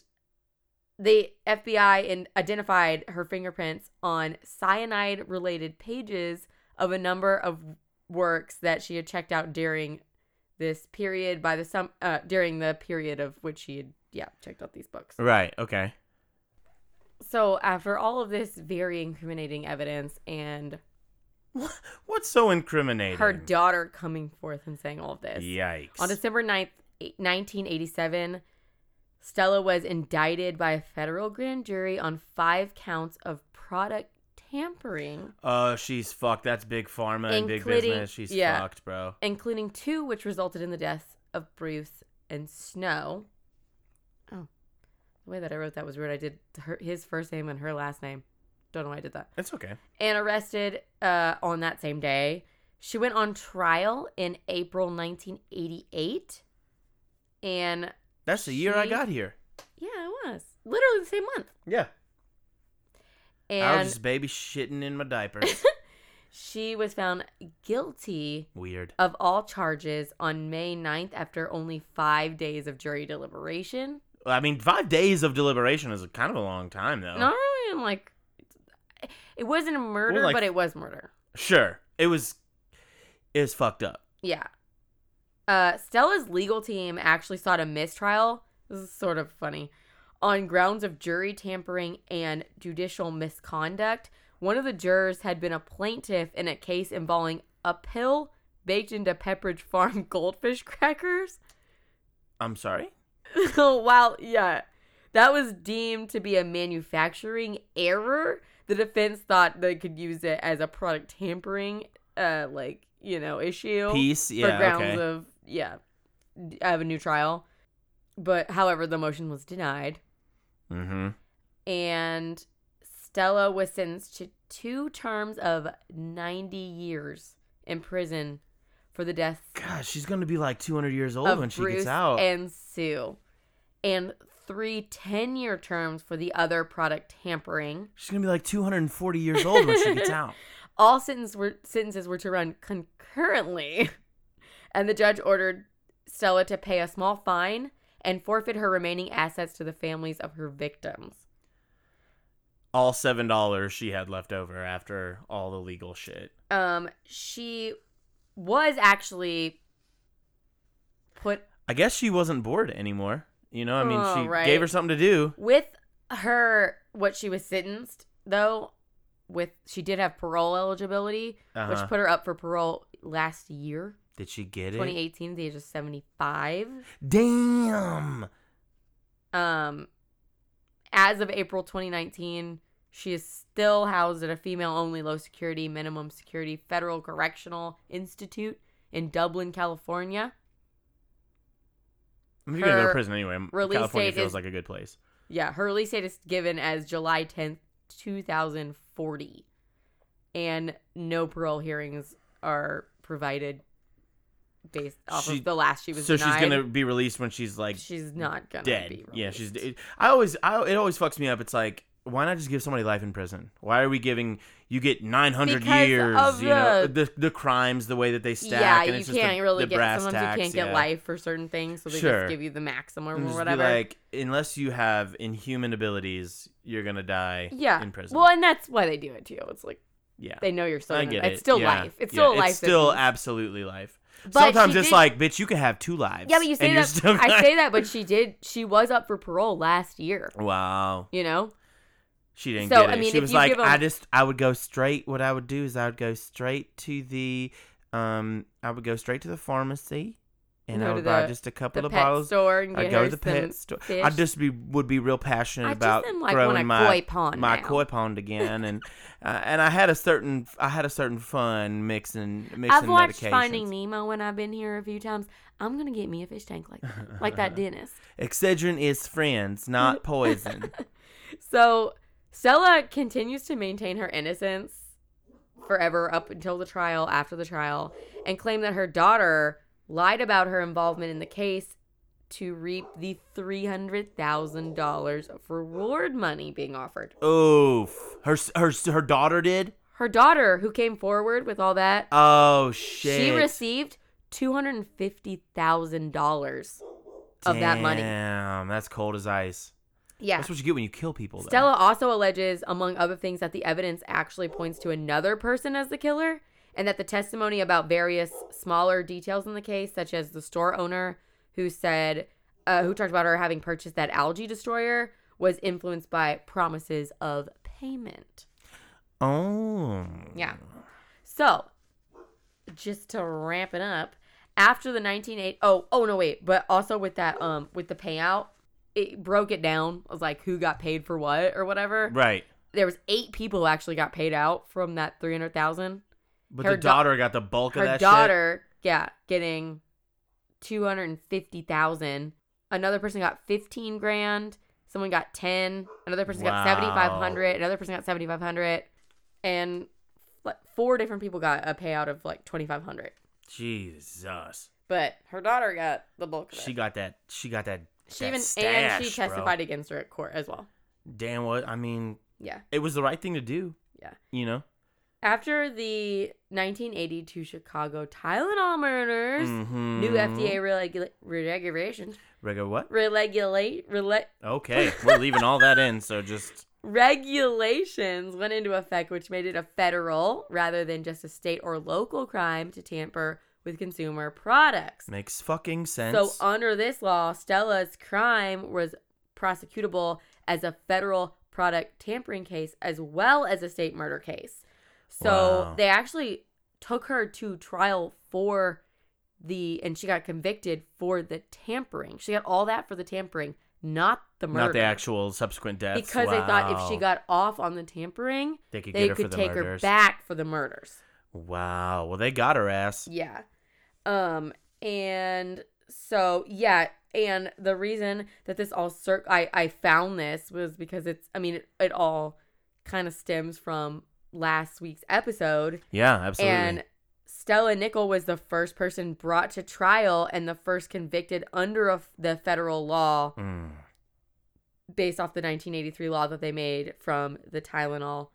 Speaker 1: the FBI in- identified her fingerprints on cyanide related pages of a number of works that she had checked out during this period by the sum uh, during the period of which she had yeah checked out these books.
Speaker 2: Right. Okay.
Speaker 1: So after all of this very incriminating evidence and
Speaker 2: What, what's so incriminating?
Speaker 1: her daughter coming forth and saying all of this,
Speaker 2: Yikes.
Speaker 1: On December 9th, 1987, Stella was indicted by a federal grand jury on five counts of product tampering,
Speaker 2: Oh, she's fucked. That's big pharma and big
Speaker 1: Including-
Speaker 2: business. She's
Speaker 1: yeah.
Speaker 2: fucked, bro.
Speaker 1: including two which resulted in the deaths of Bruce and Snow. Oh, the way that I wrote that was weird. I did her, his first name and her last name. Don't know why I did that.
Speaker 2: It's okay.
Speaker 1: And arrested uh, on that same day. She went on trial in April 1988. And
Speaker 2: That's the year I
Speaker 1: She-
Speaker 2: got here.
Speaker 1: yeah, it was literally the same month.
Speaker 2: Yeah. I
Speaker 1: and
Speaker 2: was just baby shitting in my diapers.
Speaker 1: she was found guilty
Speaker 2: Weird.
Speaker 1: of all charges on May 9th after only five days of jury deliberation.
Speaker 2: Well, I mean, five days of deliberation is kind of a long time, though.
Speaker 1: Not really in like, it wasn't a murder,
Speaker 2: like-
Speaker 1: but it was murder.
Speaker 2: Sure, it was. It was fucked up.
Speaker 1: Yeah. Uh, Stella's legal team actually sought a mistrial. This is sort of funny. On grounds of jury tampering and judicial misconduct, one of the jurors had been a plaintiff in a case involving a pill baked into Pepperidge Farm goldfish crackers.
Speaker 2: I'm sorry.
Speaker 1: oh, wow. Yeah. That was deemed to be a manufacturing error. The defense thought they could use it as a product tampering, uh, like, you know, issue
Speaker 2: Peace.
Speaker 1: for
Speaker 2: Yeah.
Speaker 1: grounds
Speaker 2: Okay.
Speaker 1: of yeah d- of a new trial but however the motion was denied
Speaker 2: mm-hmm.
Speaker 1: and stella was sentenced to two terms of 90 years in prison for the deaths
Speaker 2: God, she's gonna be like 200 years old
Speaker 1: of
Speaker 2: when she
Speaker 1: bruce
Speaker 2: gets out.
Speaker 1: and sue and three 10-year terms for the other product tampering
Speaker 2: she's gonna be like 240 years old when she gets out.
Speaker 1: all sentences were sentences were to run concurrently, and the judge ordered Stella to pay a small fine and forfeit her remaining assets to the families of her victims.
Speaker 2: All seven dollars she had left over after all the legal shit.
Speaker 1: Um, she was actually put
Speaker 2: I guess she wasn't bored anymore. You know, I mean,
Speaker 1: Oh,
Speaker 2: she
Speaker 1: right.
Speaker 2: gave her something to do.
Speaker 1: with her what she was sentenced though. With she did have parole eligibility,
Speaker 2: Uh-huh.
Speaker 1: which put her up for parole last year,
Speaker 2: Did she get it?
Speaker 1: 2018, at the age of 75.
Speaker 2: Damn.
Speaker 1: Um, as of April 2019, She is still housed at a female only low security, minimum security federal correctional institute in Dublin, California.
Speaker 2: I'm gonna go
Speaker 1: Her
Speaker 2: to prison anyway. m-
Speaker 1: release
Speaker 2: California
Speaker 1: date
Speaker 2: feels
Speaker 1: is-
Speaker 2: like a good place.
Speaker 1: Yeah, her release date is given as July 10th, 2040. And no parole hearings are provided based off
Speaker 2: She-
Speaker 1: of the last she was
Speaker 2: So
Speaker 1: denied.
Speaker 2: she's gonna be released when she's like
Speaker 1: She's not gonna
Speaker 2: dead.
Speaker 1: be
Speaker 2: yeah, she's.
Speaker 1: released.
Speaker 2: It, I always, I, it always fucks me up. It's like, why not just give somebody life in prison? Why are we giving you get 900
Speaker 1: Because
Speaker 2: years?
Speaker 1: of
Speaker 2: you know
Speaker 1: the-
Speaker 2: the the crimes, the way that they stack.
Speaker 1: yeah,
Speaker 2: and
Speaker 1: you
Speaker 2: it's
Speaker 1: can't
Speaker 2: just the-
Speaker 1: really
Speaker 2: the
Speaker 1: get
Speaker 2: brass
Speaker 1: sometimes
Speaker 2: tacks,
Speaker 1: you can't get
Speaker 2: yeah.
Speaker 1: life for certain things, so they
Speaker 2: Sure.
Speaker 1: just give you the maximum
Speaker 2: And
Speaker 1: or
Speaker 2: just be
Speaker 1: whatever.
Speaker 2: like, unless you have inhuman abilities, you're gonna die.
Speaker 1: yeah.
Speaker 2: in prison.
Speaker 1: Well, and that's why they do it to you. It's like
Speaker 2: yeah,
Speaker 1: they know you're still.
Speaker 2: I
Speaker 1: gonna-
Speaker 2: get it.
Speaker 1: It's still
Speaker 2: Yeah.
Speaker 1: life. It's
Speaker 2: Yeah,
Speaker 1: still a life.
Speaker 2: It's still
Speaker 1: sentence.
Speaker 2: absolutely life.
Speaker 1: But
Speaker 2: Sometimes
Speaker 1: she
Speaker 2: it's
Speaker 1: did-
Speaker 2: like, bitch, you can have two lives.
Speaker 1: Yeah, but you say
Speaker 2: and you're
Speaker 1: that.
Speaker 2: still
Speaker 1: I
Speaker 2: gonna-
Speaker 1: say that, but she did. She was up for parole last year.
Speaker 2: Wow.
Speaker 1: You know.
Speaker 2: She didn't
Speaker 1: So,
Speaker 2: get it.
Speaker 1: I mean,
Speaker 2: she
Speaker 1: if
Speaker 2: was
Speaker 1: you
Speaker 2: like,
Speaker 1: give 'em-
Speaker 2: I just, I would go straight. What I would do is I would go straight to the, um, I would go straight to the pharmacy, and
Speaker 1: Go
Speaker 2: I
Speaker 1: to
Speaker 2: would buy
Speaker 1: the-
Speaker 2: just a
Speaker 1: The
Speaker 2: couple
Speaker 1: pet
Speaker 2: of bottles.
Speaker 1: store and get
Speaker 2: I'd go
Speaker 1: her
Speaker 2: to the
Speaker 1: some
Speaker 2: pet store.
Speaker 1: fish.
Speaker 2: I just be would be real passionate
Speaker 1: I just
Speaker 2: about
Speaker 1: am, like,
Speaker 2: growing
Speaker 1: want a
Speaker 2: my
Speaker 1: koi pond
Speaker 2: my
Speaker 1: now.
Speaker 2: koi pond again, and uh, and I had a certain, I had a certain fun mixing mixing
Speaker 1: I've watched
Speaker 2: medications.
Speaker 1: Finding Nemo when I've been here a few times. I'm gonna get me a fish tank like that, like that dentist.
Speaker 2: Excedrin is friends, not poison.
Speaker 1: So Stella continues to maintain her innocence forever up until the trial, after the trial, and claim that her daughter lied about her involvement in the case to reap the $300,000 of reward money being offered.
Speaker 2: Oof. Her s- her s- her daughter did.
Speaker 1: Her daughter, who came forward with all that,
Speaker 2: Oh shit.
Speaker 1: she received $250,000 of that money.
Speaker 2: Damn, that's cold as ice.
Speaker 1: Yeah.
Speaker 2: That's what you get when you kill people. Though.
Speaker 1: Stella also alleges, among other things, that the evidence actually points to another person as the killer and that the testimony about various smaller details in the case, such as the store owner who said, uh, who talked about her having purchased that algae destroyer, was influenced by promises of payment.
Speaker 2: Oh.
Speaker 1: Yeah. So, just to ramp it up, after the 198 oh, oh no wait, but also with that um with the payout, it broke it down of like who got paid for what or whatever
Speaker 2: Right.
Speaker 1: there was eight people who actually got paid out from that 300,000.
Speaker 2: But
Speaker 1: Her
Speaker 2: the
Speaker 1: da-
Speaker 2: daughter got the bulk of
Speaker 1: Her
Speaker 2: that
Speaker 1: daughter, yeah, getting 250,000. Another person got 15 grand, someone got 10, another person
Speaker 2: Wow.
Speaker 1: got 7500, another person got 7500 and like four different people got a payout of like 2500.
Speaker 2: shit. Jesus.
Speaker 1: But her daughter got the bulk of it.
Speaker 2: She got that. She got that.
Speaker 1: She
Speaker 2: that
Speaker 1: even
Speaker 2: stash,
Speaker 1: and she
Speaker 2: bro.
Speaker 1: testified against her at court as well.
Speaker 2: Damn. What I mean,
Speaker 1: Yeah.
Speaker 2: it was the right thing to do.
Speaker 1: Yeah.
Speaker 2: You know.
Speaker 1: After the 1982 Chicago Tylenol murders,
Speaker 2: Mhm.
Speaker 1: New FDA regula- regulations.
Speaker 2: Regular what?
Speaker 1: Regulate rela-
Speaker 2: Okay, we're leaving all that in. So just
Speaker 1: regulations went into effect, which made it a federal rather than just a state or local crime to tamper with consumer products.
Speaker 2: makes fucking sense.
Speaker 1: So um, under this law, Stella's crime was prosecutable as a federal product tampering case as well as a state murder case. So
Speaker 2: Wow.
Speaker 1: they actually took her to trial for the and she got convicted for the tampering. She got all that for the tampering, not the murder.
Speaker 2: Not the actual subsequent deaths.
Speaker 1: because they thought if she
Speaker 2: Wow.
Speaker 1: got off on the tampering,
Speaker 2: they could,
Speaker 1: they
Speaker 2: get her for
Speaker 1: could
Speaker 2: the
Speaker 1: take her
Speaker 2: murders.
Speaker 1: back for the murders.
Speaker 2: Wow. Well, they got her ass.
Speaker 1: Yeah. Um and so yeah, and the reason that this all cir- I I found this was because it's I mean it, it all kind of stems from last week's episode
Speaker 2: Yeah, absolutely.
Speaker 1: and Stella Nickel was the first person brought to trial and the first convicted under a, the federal law
Speaker 2: Mm.
Speaker 1: based off the 1983 law that they made from the Tylenol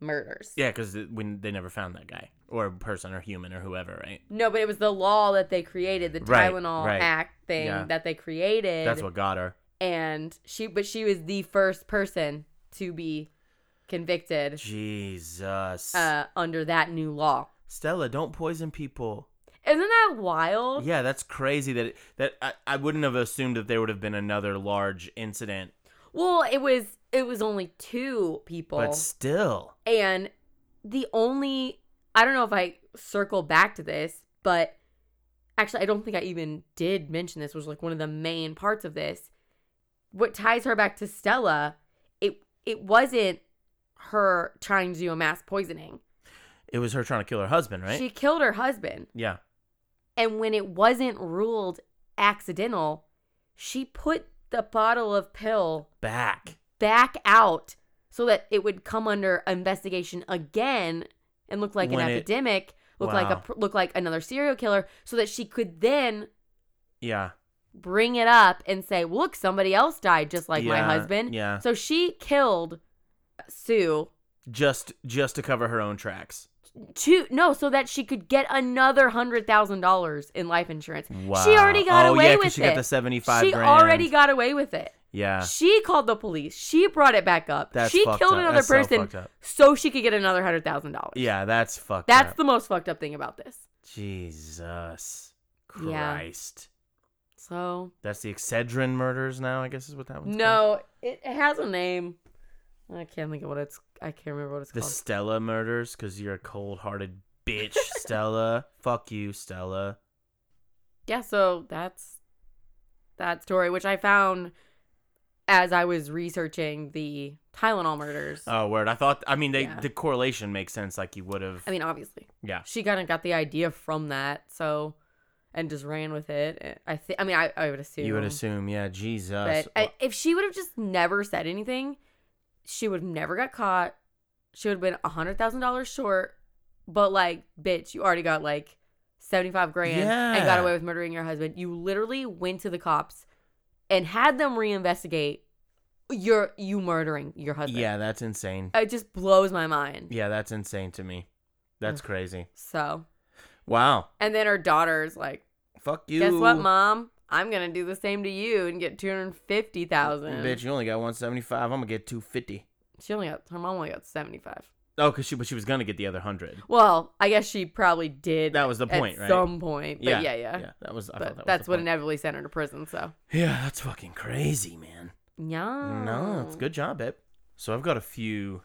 Speaker 1: murders.
Speaker 2: Yeah, because when they never found that guy or person or human or whoever, right?
Speaker 1: No, but it was the law that they created, the
Speaker 2: Right,
Speaker 1: Tylenol
Speaker 2: right.
Speaker 1: Act thing
Speaker 2: Yeah.
Speaker 1: that they created.
Speaker 2: That's what got her.
Speaker 1: And she, but she was the first person to be convicted
Speaker 2: Jesus.
Speaker 1: uh, under that new law.
Speaker 2: Stella, don't poison people.
Speaker 1: Isn't that wild?
Speaker 2: Yeah, that's crazy. That it, that I, I wouldn't have assumed that there would have been another large incident,
Speaker 1: Well, it was it was only two people,
Speaker 2: but still,
Speaker 1: and the only I don't know if I circle back to this, but actually I don't think I even did mention this was like one of the main parts of this. What ties her back to Stella, it it wasn't her trying to do a mass poisoning.
Speaker 2: It was her trying to kill her husband, right?
Speaker 1: She killed her husband.
Speaker 2: yeah.
Speaker 1: And when it wasn't ruled accidental, she put the bottle of pill
Speaker 2: Back.
Speaker 1: back out so that it would come under investigation again and look like
Speaker 2: When
Speaker 1: an
Speaker 2: it-
Speaker 1: epidemic, look like
Speaker 2: Wow.
Speaker 1: a pr- look like another serial killer, so that she could then
Speaker 2: Yeah.
Speaker 1: bring it up and say, "Look, somebody else died just like my
Speaker 2: Yeah,
Speaker 1: husband."
Speaker 2: Yeah.
Speaker 1: So she killed Sue
Speaker 2: Just just to cover her own tracks.
Speaker 1: to no, so that she could get another hundred thousand dollars in life insurance.
Speaker 2: Wow.
Speaker 1: She already got
Speaker 2: oh,
Speaker 1: away
Speaker 2: yeah, 'cause
Speaker 1: with
Speaker 2: she
Speaker 1: it.
Speaker 2: got the 75
Speaker 1: she
Speaker 2: grand.
Speaker 1: already got away with it.
Speaker 2: Yeah.
Speaker 1: She called the police. She brought it back up.
Speaker 2: That's
Speaker 1: she
Speaker 2: fucked
Speaker 1: killed
Speaker 2: up.
Speaker 1: another
Speaker 2: That's so
Speaker 1: person
Speaker 2: fucked up.
Speaker 1: so she could get another hundred thousand dollars.
Speaker 2: Yeah, that's fucked
Speaker 1: That's
Speaker 2: up.
Speaker 1: the most fucked up thing about this.
Speaker 2: Jesus
Speaker 1: Yeah.
Speaker 2: Christ.
Speaker 1: So
Speaker 2: That's the Excedrin murders now, I guess is what that one's called.
Speaker 1: no, it it has a name. I can't think of what it's. I can't remember what it's
Speaker 2: The
Speaker 1: called.
Speaker 2: Stella murders, because you're a cold hearted bitch, Stella. Fuck you, Stella.
Speaker 1: Yeah, so that's that story, which I found as I was researching the Tylenol murders.
Speaker 2: Oh, word. I thought, I mean, they,
Speaker 1: Yeah.
Speaker 2: the correlation makes sense. Like you would have.
Speaker 1: I mean, obviously,
Speaker 2: yeah.
Speaker 1: she kind of got the idea from that, so and just ran with it. I think. I mean, I, I would assume
Speaker 2: You would assume, yeah, Jesus.
Speaker 1: But I, if she would have just never said anything, she would have never got caught. She would have been a hundred thousand dollars short. But like, bitch, you already got like seventy five grand and got
Speaker 2: Yeah.
Speaker 1: away with murdering your husband. You literally went to the cops and had them reinvestigate your you murdering your husband.
Speaker 2: Oh, yeah, that's insane.
Speaker 1: It just blows my mind.
Speaker 2: Yeah, that's insane to me. That's crazy.
Speaker 1: So
Speaker 2: Wow.
Speaker 1: and then her daughter's like,
Speaker 2: Fuck you.
Speaker 1: Guess what, mom? I'm gonna do the same to you and get two hundred fifty thousand.
Speaker 2: Bitch, you only got 175. I'm going to get 250.
Speaker 1: She only got her mom only got seventy five.
Speaker 2: Oh, because she, but she was going to get the other 100.
Speaker 1: Well, I guess she probably did.
Speaker 2: That was the point,
Speaker 1: at
Speaker 2: right?
Speaker 1: some point. But yeah, yeah.
Speaker 2: Yeah, that was. I
Speaker 1: But
Speaker 2: thought that
Speaker 1: that's
Speaker 2: was
Speaker 1: what
Speaker 2: the point.
Speaker 1: inevitably sent her to prison. So
Speaker 2: Yeah, that's fucking crazy, man.
Speaker 1: yeah.
Speaker 2: No,
Speaker 1: Oh.
Speaker 2: it's good job, babe. So I've got a few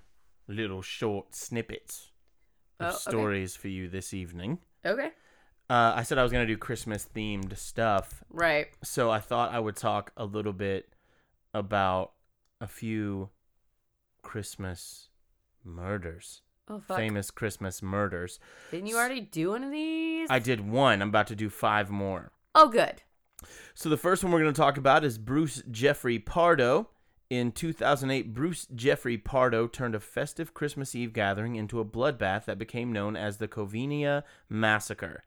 Speaker 2: little short snippets
Speaker 1: Oh,
Speaker 2: of
Speaker 1: okay.
Speaker 2: stories for you this evening.
Speaker 1: Okay.
Speaker 2: Uh, I said I was gonna do Christmas themed stuff,
Speaker 1: Right.
Speaker 2: so I thought I would talk a little bit about a few Christmas murders,
Speaker 1: Oh fuck.
Speaker 2: famous Christmas murders.
Speaker 1: Didn't you already do one of these?
Speaker 2: I did one. I'm about to do five more.
Speaker 1: oh, good.
Speaker 2: So the first one we're going to talk about is Bruce Jeffrey Pardo. In 2008, Bruce Jeffrey Pardo turned a festive Christmas Eve gathering into a bloodbath that became known as the Covina Massacre.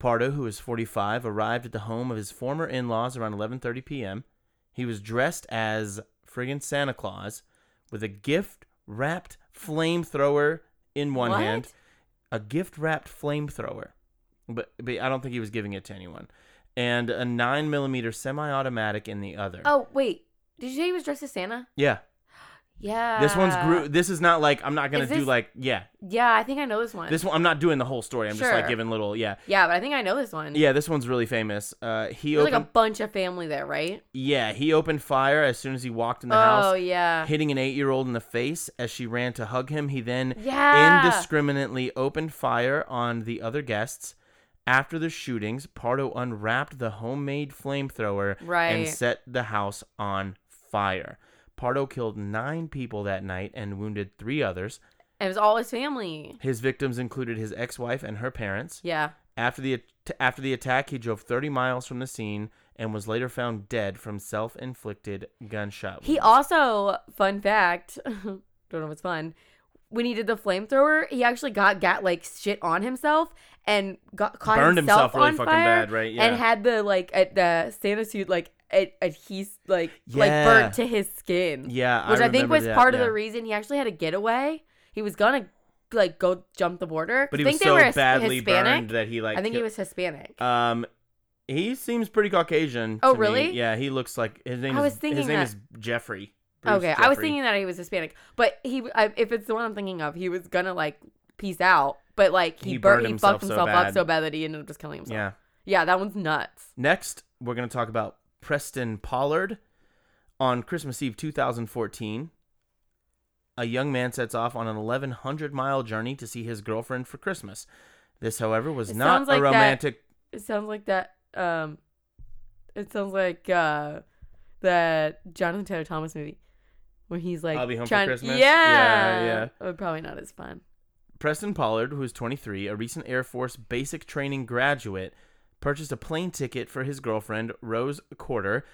Speaker 2: Pardo, who is 45, arrived at the home of his former in-laws around 11:30 p.m. He was dressed as friggin' Santa Claus with a gift-wrapped flamethrower in one
Speaker 1: What?
Speaker 2: hand, a gift-wrapped flamethrower but, but I don't think he was giving it to anyone. And a nine millimeter semi-automatic in the other.
Speaker 1: Oh wait, did you say he was dressed as Santa?
Speaker 2: yeah.
Speaker 1: Yeah.
Speaker 2: This one's gru- This is not like I'm not gonna
Speaker 1: Is
Speaker 2: do
Speaker 1: this-
Speaker 2: like yeah.
Speaker 1: Yeah, I think I know this one.
Speaker 2: This one I'm not doing the whole story. I'm just like
Speaker 1: Sure.
Speaker 2: giving little yeah
Speaker 1: Yeah, but I think I know this one.
Speaker 2: yeah. This one's really famous. Uh, he
Speaker 1: There's
Speaker 2: opened
Speaker 1: like a bunch of family there, right?
Speaker 2: yeah he opened fire as soon as he walked in the
Speaker 1: Oh
Speaker 2: house,
Speaker 1: yeah.
Speaker 2: hitting an eight year old in the face as she ran to hug him. He then
Speaker 1: Yeah.
Speaker 2: indiscriminately opened fire on the other guests. After the shootings, Pardo unwrapped the homemade flamethrower and
Speaker 1: Right.
Speaker 2: set the house on fire. Pardo killed nine people that night and wounded three others.
Speaker 1: it was all his family.
Speaker 2: His victims included his ex-wife and her parents.
Speaker 1: Yeah.
Speaker 2: After the at- after the attack, he drove 30 miles from the scene and was later found dead from self-inflicted gunshot.
Speaker 1: He
Speaker 2: wounds.
Speaker 1: also, fun fact, don't know if it's fun. When he did the flamethrower, he actually got got like shit on himself and got caught
Speaker 2: Burned
Speaker 1: himself,
Speaker 2: himself really
Speaker 1: on
Speaker 2: fucking
Speaker 1: fire
Speaker 2: bad, right? Yeah.
Speaker 1: And had the like at the Santa suit like ad- adhes like like
Speaker 2: Yeah.
Speaker 1: burnt to his skin,
Speaker 2: yeah,
Speaker 1: which I, think
Speaker 2: remember
Speaker 1: was
Speaker 2: that,
Speaker 1: part of
Speaker 2: yeah.
Speaker 1: the reason he actually had a getaway. He was gonna like go jump the border, 'cause
Speaker 2: But he
Speaker 1: I
Speaker 2: was
Speaker 1: think
Speaker 2: so
Speaker 1: they were his-
Speaker 2: badly
Speaker 1: Hispanic.
Speaker 2: burned that he like
Speaker 1: I think he
Speaker 2: ki-
Speaker 1: was Hispanic.
Speaker 2: Um, he seems pretty Caucasian.
Speaker 1: Oh,
Speaker 2: to me.
Speaker 1: really?
Speaker 2: Yeah, he looks like his name.
Speaker 1: I
Speaker 2: is,
Speaker 1: was thinking
Speaker 2: his name
Speaker 1: that.
Speaker 2: is Jeffrey. Bruce
Speaker 1: okay, I was
Speaker 2: Jeffrey.
Speaker 1: thinking that he was Hispanic, but he I, if it's the one I'm thinking of, he was gonna like peace out, but like he,
Speaker 2: He
Speaker 1: burned,
Speaker 2: burned
Speaker 1: he
Speaker 2: himself
Speaker 1: fucked
Speaker 2: so
Speaker 1: himself
Speaker 2: bad.
Speaker 1: up so bad that he ended up just killing himself.
Speaker 2: Yeah.
Speaker 1: yeah, that one's nuts.
Speaker 2: Next, we're gonna talk about Preston Pollard. On Christmas Eve 2014, a young man sets off on an 1,100 mile journey to see his girlfriend for Christmas. This, however, was
Speaker 1: It
Speaker 2: not
Speaker 1: sounds like
Speaker 2: a
Speaker 1: that-
Speaker 2: romantic.
Speaker 1: It sounds like that. Um, it sounds like uh, that Jonathan Taylor Thomas movie where he's like,
Speaker 2: I'll be home for
Speaker 1: trying-
Speaker 2: Christmas?
Speaker 1: Yeah,
Speaker 2: Yeah, yeah.
Speaker 1: But probably not as fun.
Speaker 2: Preston Pollard, who is 23, a recent Air Force basic training graduate, purchased a plane ticket for his girlfriend Rose Quarter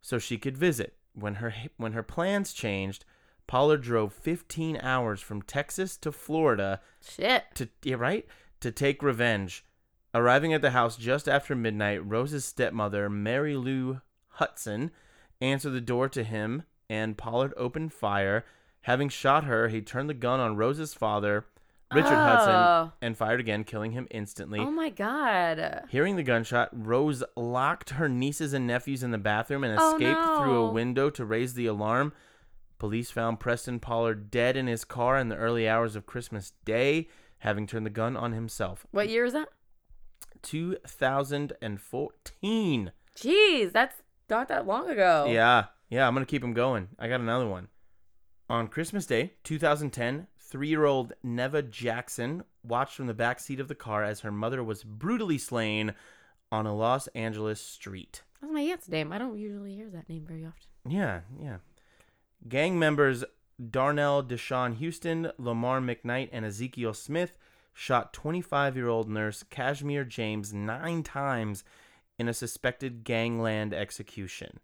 Speaker 2: so she could visit. When her when her plans changed, Pollard drove 15 hours from Texas to Florida
Speaker 1: Shit.
Speaker 2: to yeah, right to take revenge. Arriving at the house just after midnight, Rose's stepmother, Mary Lou Hudson, answered the door to him, and Pollard opened fire. Having shot her, he turned the gun on Rose's father, Richard
Speaker 1: Oh.
Speaker 2: Hudson, and fired again, killing him instantly.
Speaker 1: Oh my god.
Speaker 2: Hearing the gunshot, Rose locked her nieces and nephews in the bathroom and
Speaker 1: Oh,
Speaker 2: escaped through a
Speaker 1: no.
Speaker 2: window to raise the alarm. Police found Preston Pollard dead in his car in the early hours of Christmas Day, having turned the gun on himself.
Speaker 1: What year is that?
Speaker 2: 2014.
Speaker 1: Jeez, that's not that long ago.
Speaker 2: Yeah, yeah, I'm going to keep him going. I got another one. On Christmas Day, 2010, three year old Neva Jackson watched from the back seat of the car as her mother was brutally slain on a Los Angeles street.
Speaker 1: That's my aunt's name. I don't usually hear that name very often.
Speaker 2: Yeah, yeah. Gang members Darnell Deshaun Houston, Lamar McKnight, and Ezekiel Smith shot 25 year old nurse Kashmir James nine times in a suspected gangland execution.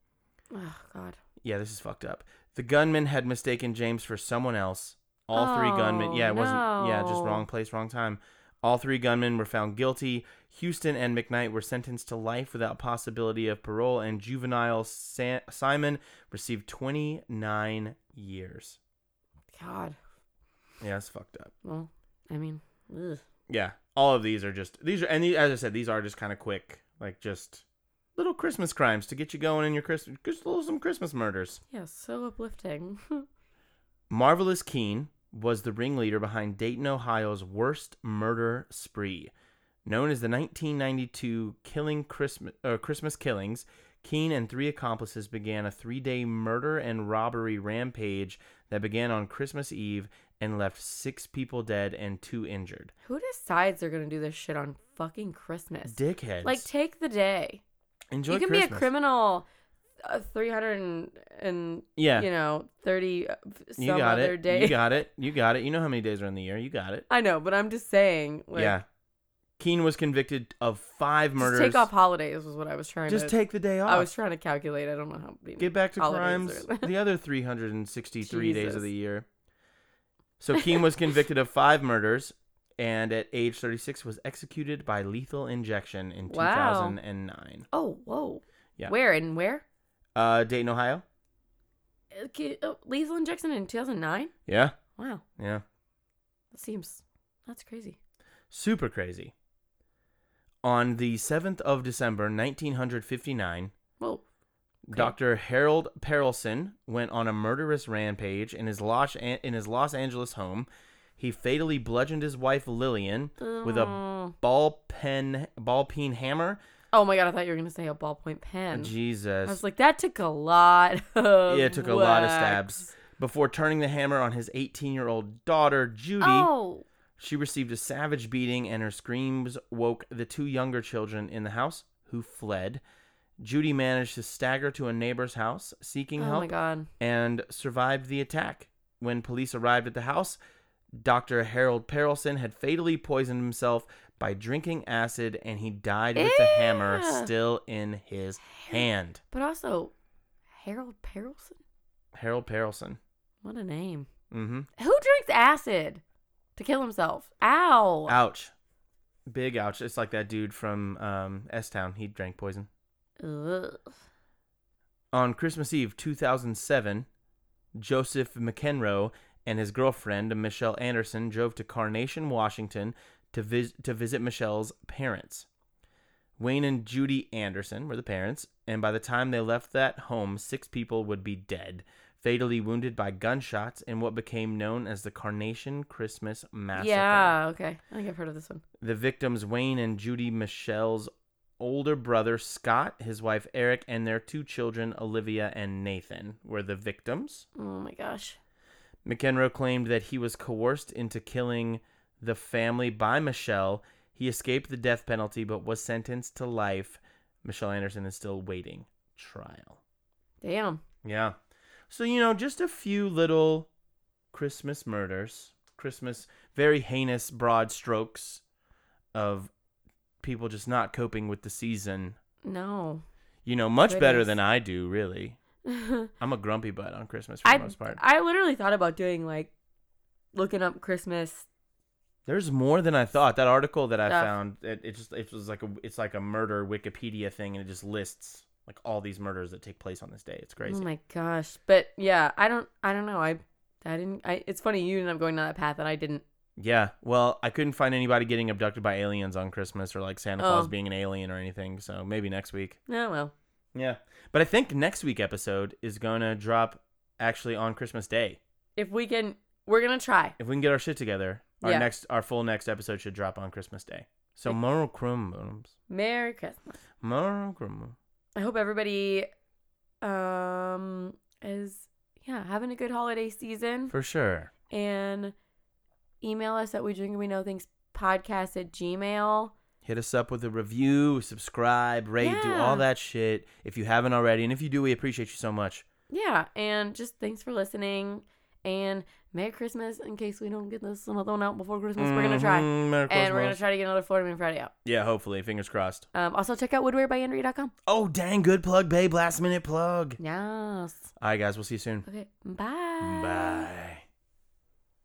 Speaker 1: Oh god.
Speaker 2: Yeah, this is fucked up. The gunman had mistaken James for someone else. All three gunmen,
Speaker 1: Oh,
Speaker 2: yeah, it wasn't, yeah, just
Speaker 1: no.
Speaker 2: wrong place, wrong time. All three gunmen were found guilty. Houston and McKnight were sentenced to life without possibility of parole, and juvenile Sa- Simon received 29 years.
Speaker 1: God.
Speaker 2: Yeah, that's fucked up.
Speaker 1: Well, I mean, ugh.
Speaker 2: Yeah, all of these are just these are, and the, as I said, these are just kind of quick, like just little Christmas crimes to get you going in your Christmas, just little some Christmas murders.
Speaker 1: yeah, so uplifting.
Speaker 2: Marvelous Keen was the ringleader behind Dayton, Ohio's worst murder spree. Known as the 1992 Killing Christmas, uh, Christmas Killings, Keen and three accomplices began a three day murder and robbery rampage that began on Christmas Eve and left six people dead and two injured.
Speaker 1: Who decides they're gonna do this shit on fucking Christmas?
Speaker 2: Dickheads.
Speaker 1: Like, take the day.
Speaker 2: Enjoy
Speaker 1: you can
Speaker 2: Christmas.
Speaker 1: be a criminal. Uh, 300 and, and
Speaker 2: Yeah.
Speaker 1: you know 30 uh, some
Speaker 2: You got
Speaker 1: other
Speaker 2: it.
Speaker 1: day
Speaker 2: You got it. You got it. You know how many days are in the year. You got it.
Speaker 1: i know but i'm just saying like,
Speaker 2: yeah. Keen was convicted of five
Speaker 1: just
Speaker 2: murders.
Speaker 1: take off holidays was what i was trying
Speaker 2: Just
Speaker 1: to
Speaker 2: take the day off.
Speaker 1: i was trying to calculate i don't know how many
Speaker 2: Get back to
Speaker 1: holidays
Speaker 2: crimes.
Speaker 1: are-
Speaker 2: the other 363 days of
Speaker 1: Jesus.
Speaker 2: the year. So Keene was convicted of five murders and at age 36 was executed by lethal injection in
Speaker 1: Wow.
Speaker 2: 2009.
Speaker 1: oh whoa
Speaker 2: Yeah.
Speaker 1: where and where
Speaker 2: Uh, Dayton, Ohio?
Speaker 1: Uh, K- uh, lethal injection in 2009
Speaker 2: Yeah.
Speaker 1: wow
Speaker 2: Yeah.
Speaker 1: that seems that's crazy
Speaker 2: Super crazy. On the 7th of December, 1959,
Speaker 1: whoa Okay.
Speaker 2: Dr. Harold Perelson went on a murderous rampage in his Los An- in his Los Angeles home. He fatally bludgeoned his wife Lillian with a
Speaker 1: Mm.
Speaker 2: ball pen ball peen hammer.
Speaker 1: oh my god i thought you were gonna say a ballpoint pen i
Speaker 2: Jesus.
Speaker 1: was like that took a lot of
Speaker 2: yeah, it took a lot of
Speaker 1: wax.
Speaker 2: stabs before turning the hammer on his 18-year-old daughter Judy.
Speaker 1: oh
Speaker 2: She received a savage beating, and her screams woke the two younger children in the house, who fled. Judy managed to stagger to a neighbor's house seeking
Speaker 1: oh
Speaker 2: help.
Speaker 1: my god
Speaker 2: and survived the attack. When police arrived at the house, Dr. Harold Perelson had fatally poisoned himself by drinking acid and he died with the hammer
Speaker 1: Ew.
Speaker 2: still in his hand.
Speaker 1: but also harold perelson
Speaker 2: Harold Perelson.
Speaker 1: What a name.
Speaker 2: Mm-hmm.
Speaker 1: Who drinks acid to kill himself? Ow.
Speaker 2: Ouch. Big ouch. It's like that dude from um, S Town. He drank poison.
Speaker 1: Ugh.
Speaker 2: On Christmas Eve 2007, Joseph McEnroe and his girlfriend, Michelle Anderson, drove to Carnation, Washington to, vis- to visit Michelle's parents. Wayne and Judy Anderson were the parents, and by the time they left that home, six people would be dead, fatally wounded by gunshots in what became known as the Carnation Christmas Massacre.
Speaker 1: Yeah, okay. I think I've heard of this one.
Speaker 2: The victims, Wayne and Judy Michelle's older brother, Scott, his wife, Eric, and their two children, Olivia and Nathan, were the victims.
Speaker 1: Oh my gosh.
Speaker 2: McEnroe claimed that he was coerced into killing the family by Michelle. He escaped the death penalty but was sentenced to life. Michelle Anderson is still waiting trial.
Speaker 1: Damn.
Speaker 2: Yeah. So, you know, just a few little Christmas murders, Christmas, very heinous, broad strokes of people just not coping with the season.
Speaker 1: No.
Speaker 2: You know, much better
Speaker 1: Goodness.
Speaker 2: than I do, really.
Speaker 1: I
Speaker 2: I'm a grumpy butt on Christmas for the most part.
Speaker 1: I literally thought about doing like looking up Christmas.
Speaker 2: There's more than I thought. That article that I
Speaker 1: Stuff.
Speaker 2: found, it, it just it was like a it's like a murder Wikipedia thing, and it just lists like all these murders that take place on this day. It's crazy.
Speaker 1: Oh my gosh. But yeah, I don't I don't know. I I didn't I it's funny you ended up going down that path and I didn't.
Speaker 2: Yeah. Well, I couldn't find anybody getting abducted by aliens on Christmas or like Santa Claus
Speaker 1: Oh.
Speaker 2: being an alien or anything. So maybe next week.
Speaker 1: Oh well.
Speaker 2: Yeah. But I think next week episode is going to drop actually on Christmas Day.
Speaker 1: If we can we're gonna try.
Speaker 2: If we can get our shit together, our
Speaker 1: Yeah.
Speaker 2: next our full next episode should drop on Christmas Day. So Merry Christmas.
Speaker 1: Merry Christmas.
Speaker 2: Merry Christmas.
Speaker 1: I hope everybody um is yeah, having a good holiday season.
Speaker 2: For sure.
Speaker 1: And email us at we drink and we know things podcast at gmail.
Speaker 2: Hit us up with a review, subscribe, rate, do all
Speaker 1: Yeah.
Speaker 2: that shit if you haven't already. And if you do, we appreciate you so much.
Speaker 1: Yeah, and just thanks for listening. And Merry Christmas in case we don't get this another one out before Christmas. We're gonna try.
Speaker 2: Mhm. Merry
Speaker 1: And we're gonna
Speaker 2: Christmas.
Speaker 1: try to get another Florida Man Friday out.
Speaker 2: Yeah, hopefully. Fingers crossed.
Speaker 1: Um, also check out woodwarebyanderia.com.
Speaker 2: Oh, dang, good plug, babe. Last minute plug.
Speaker 1: Yes.
Speaker 2: All right, guys, we'll see you soon.
Speaker 1: Okay.
Speaker 2: Bye.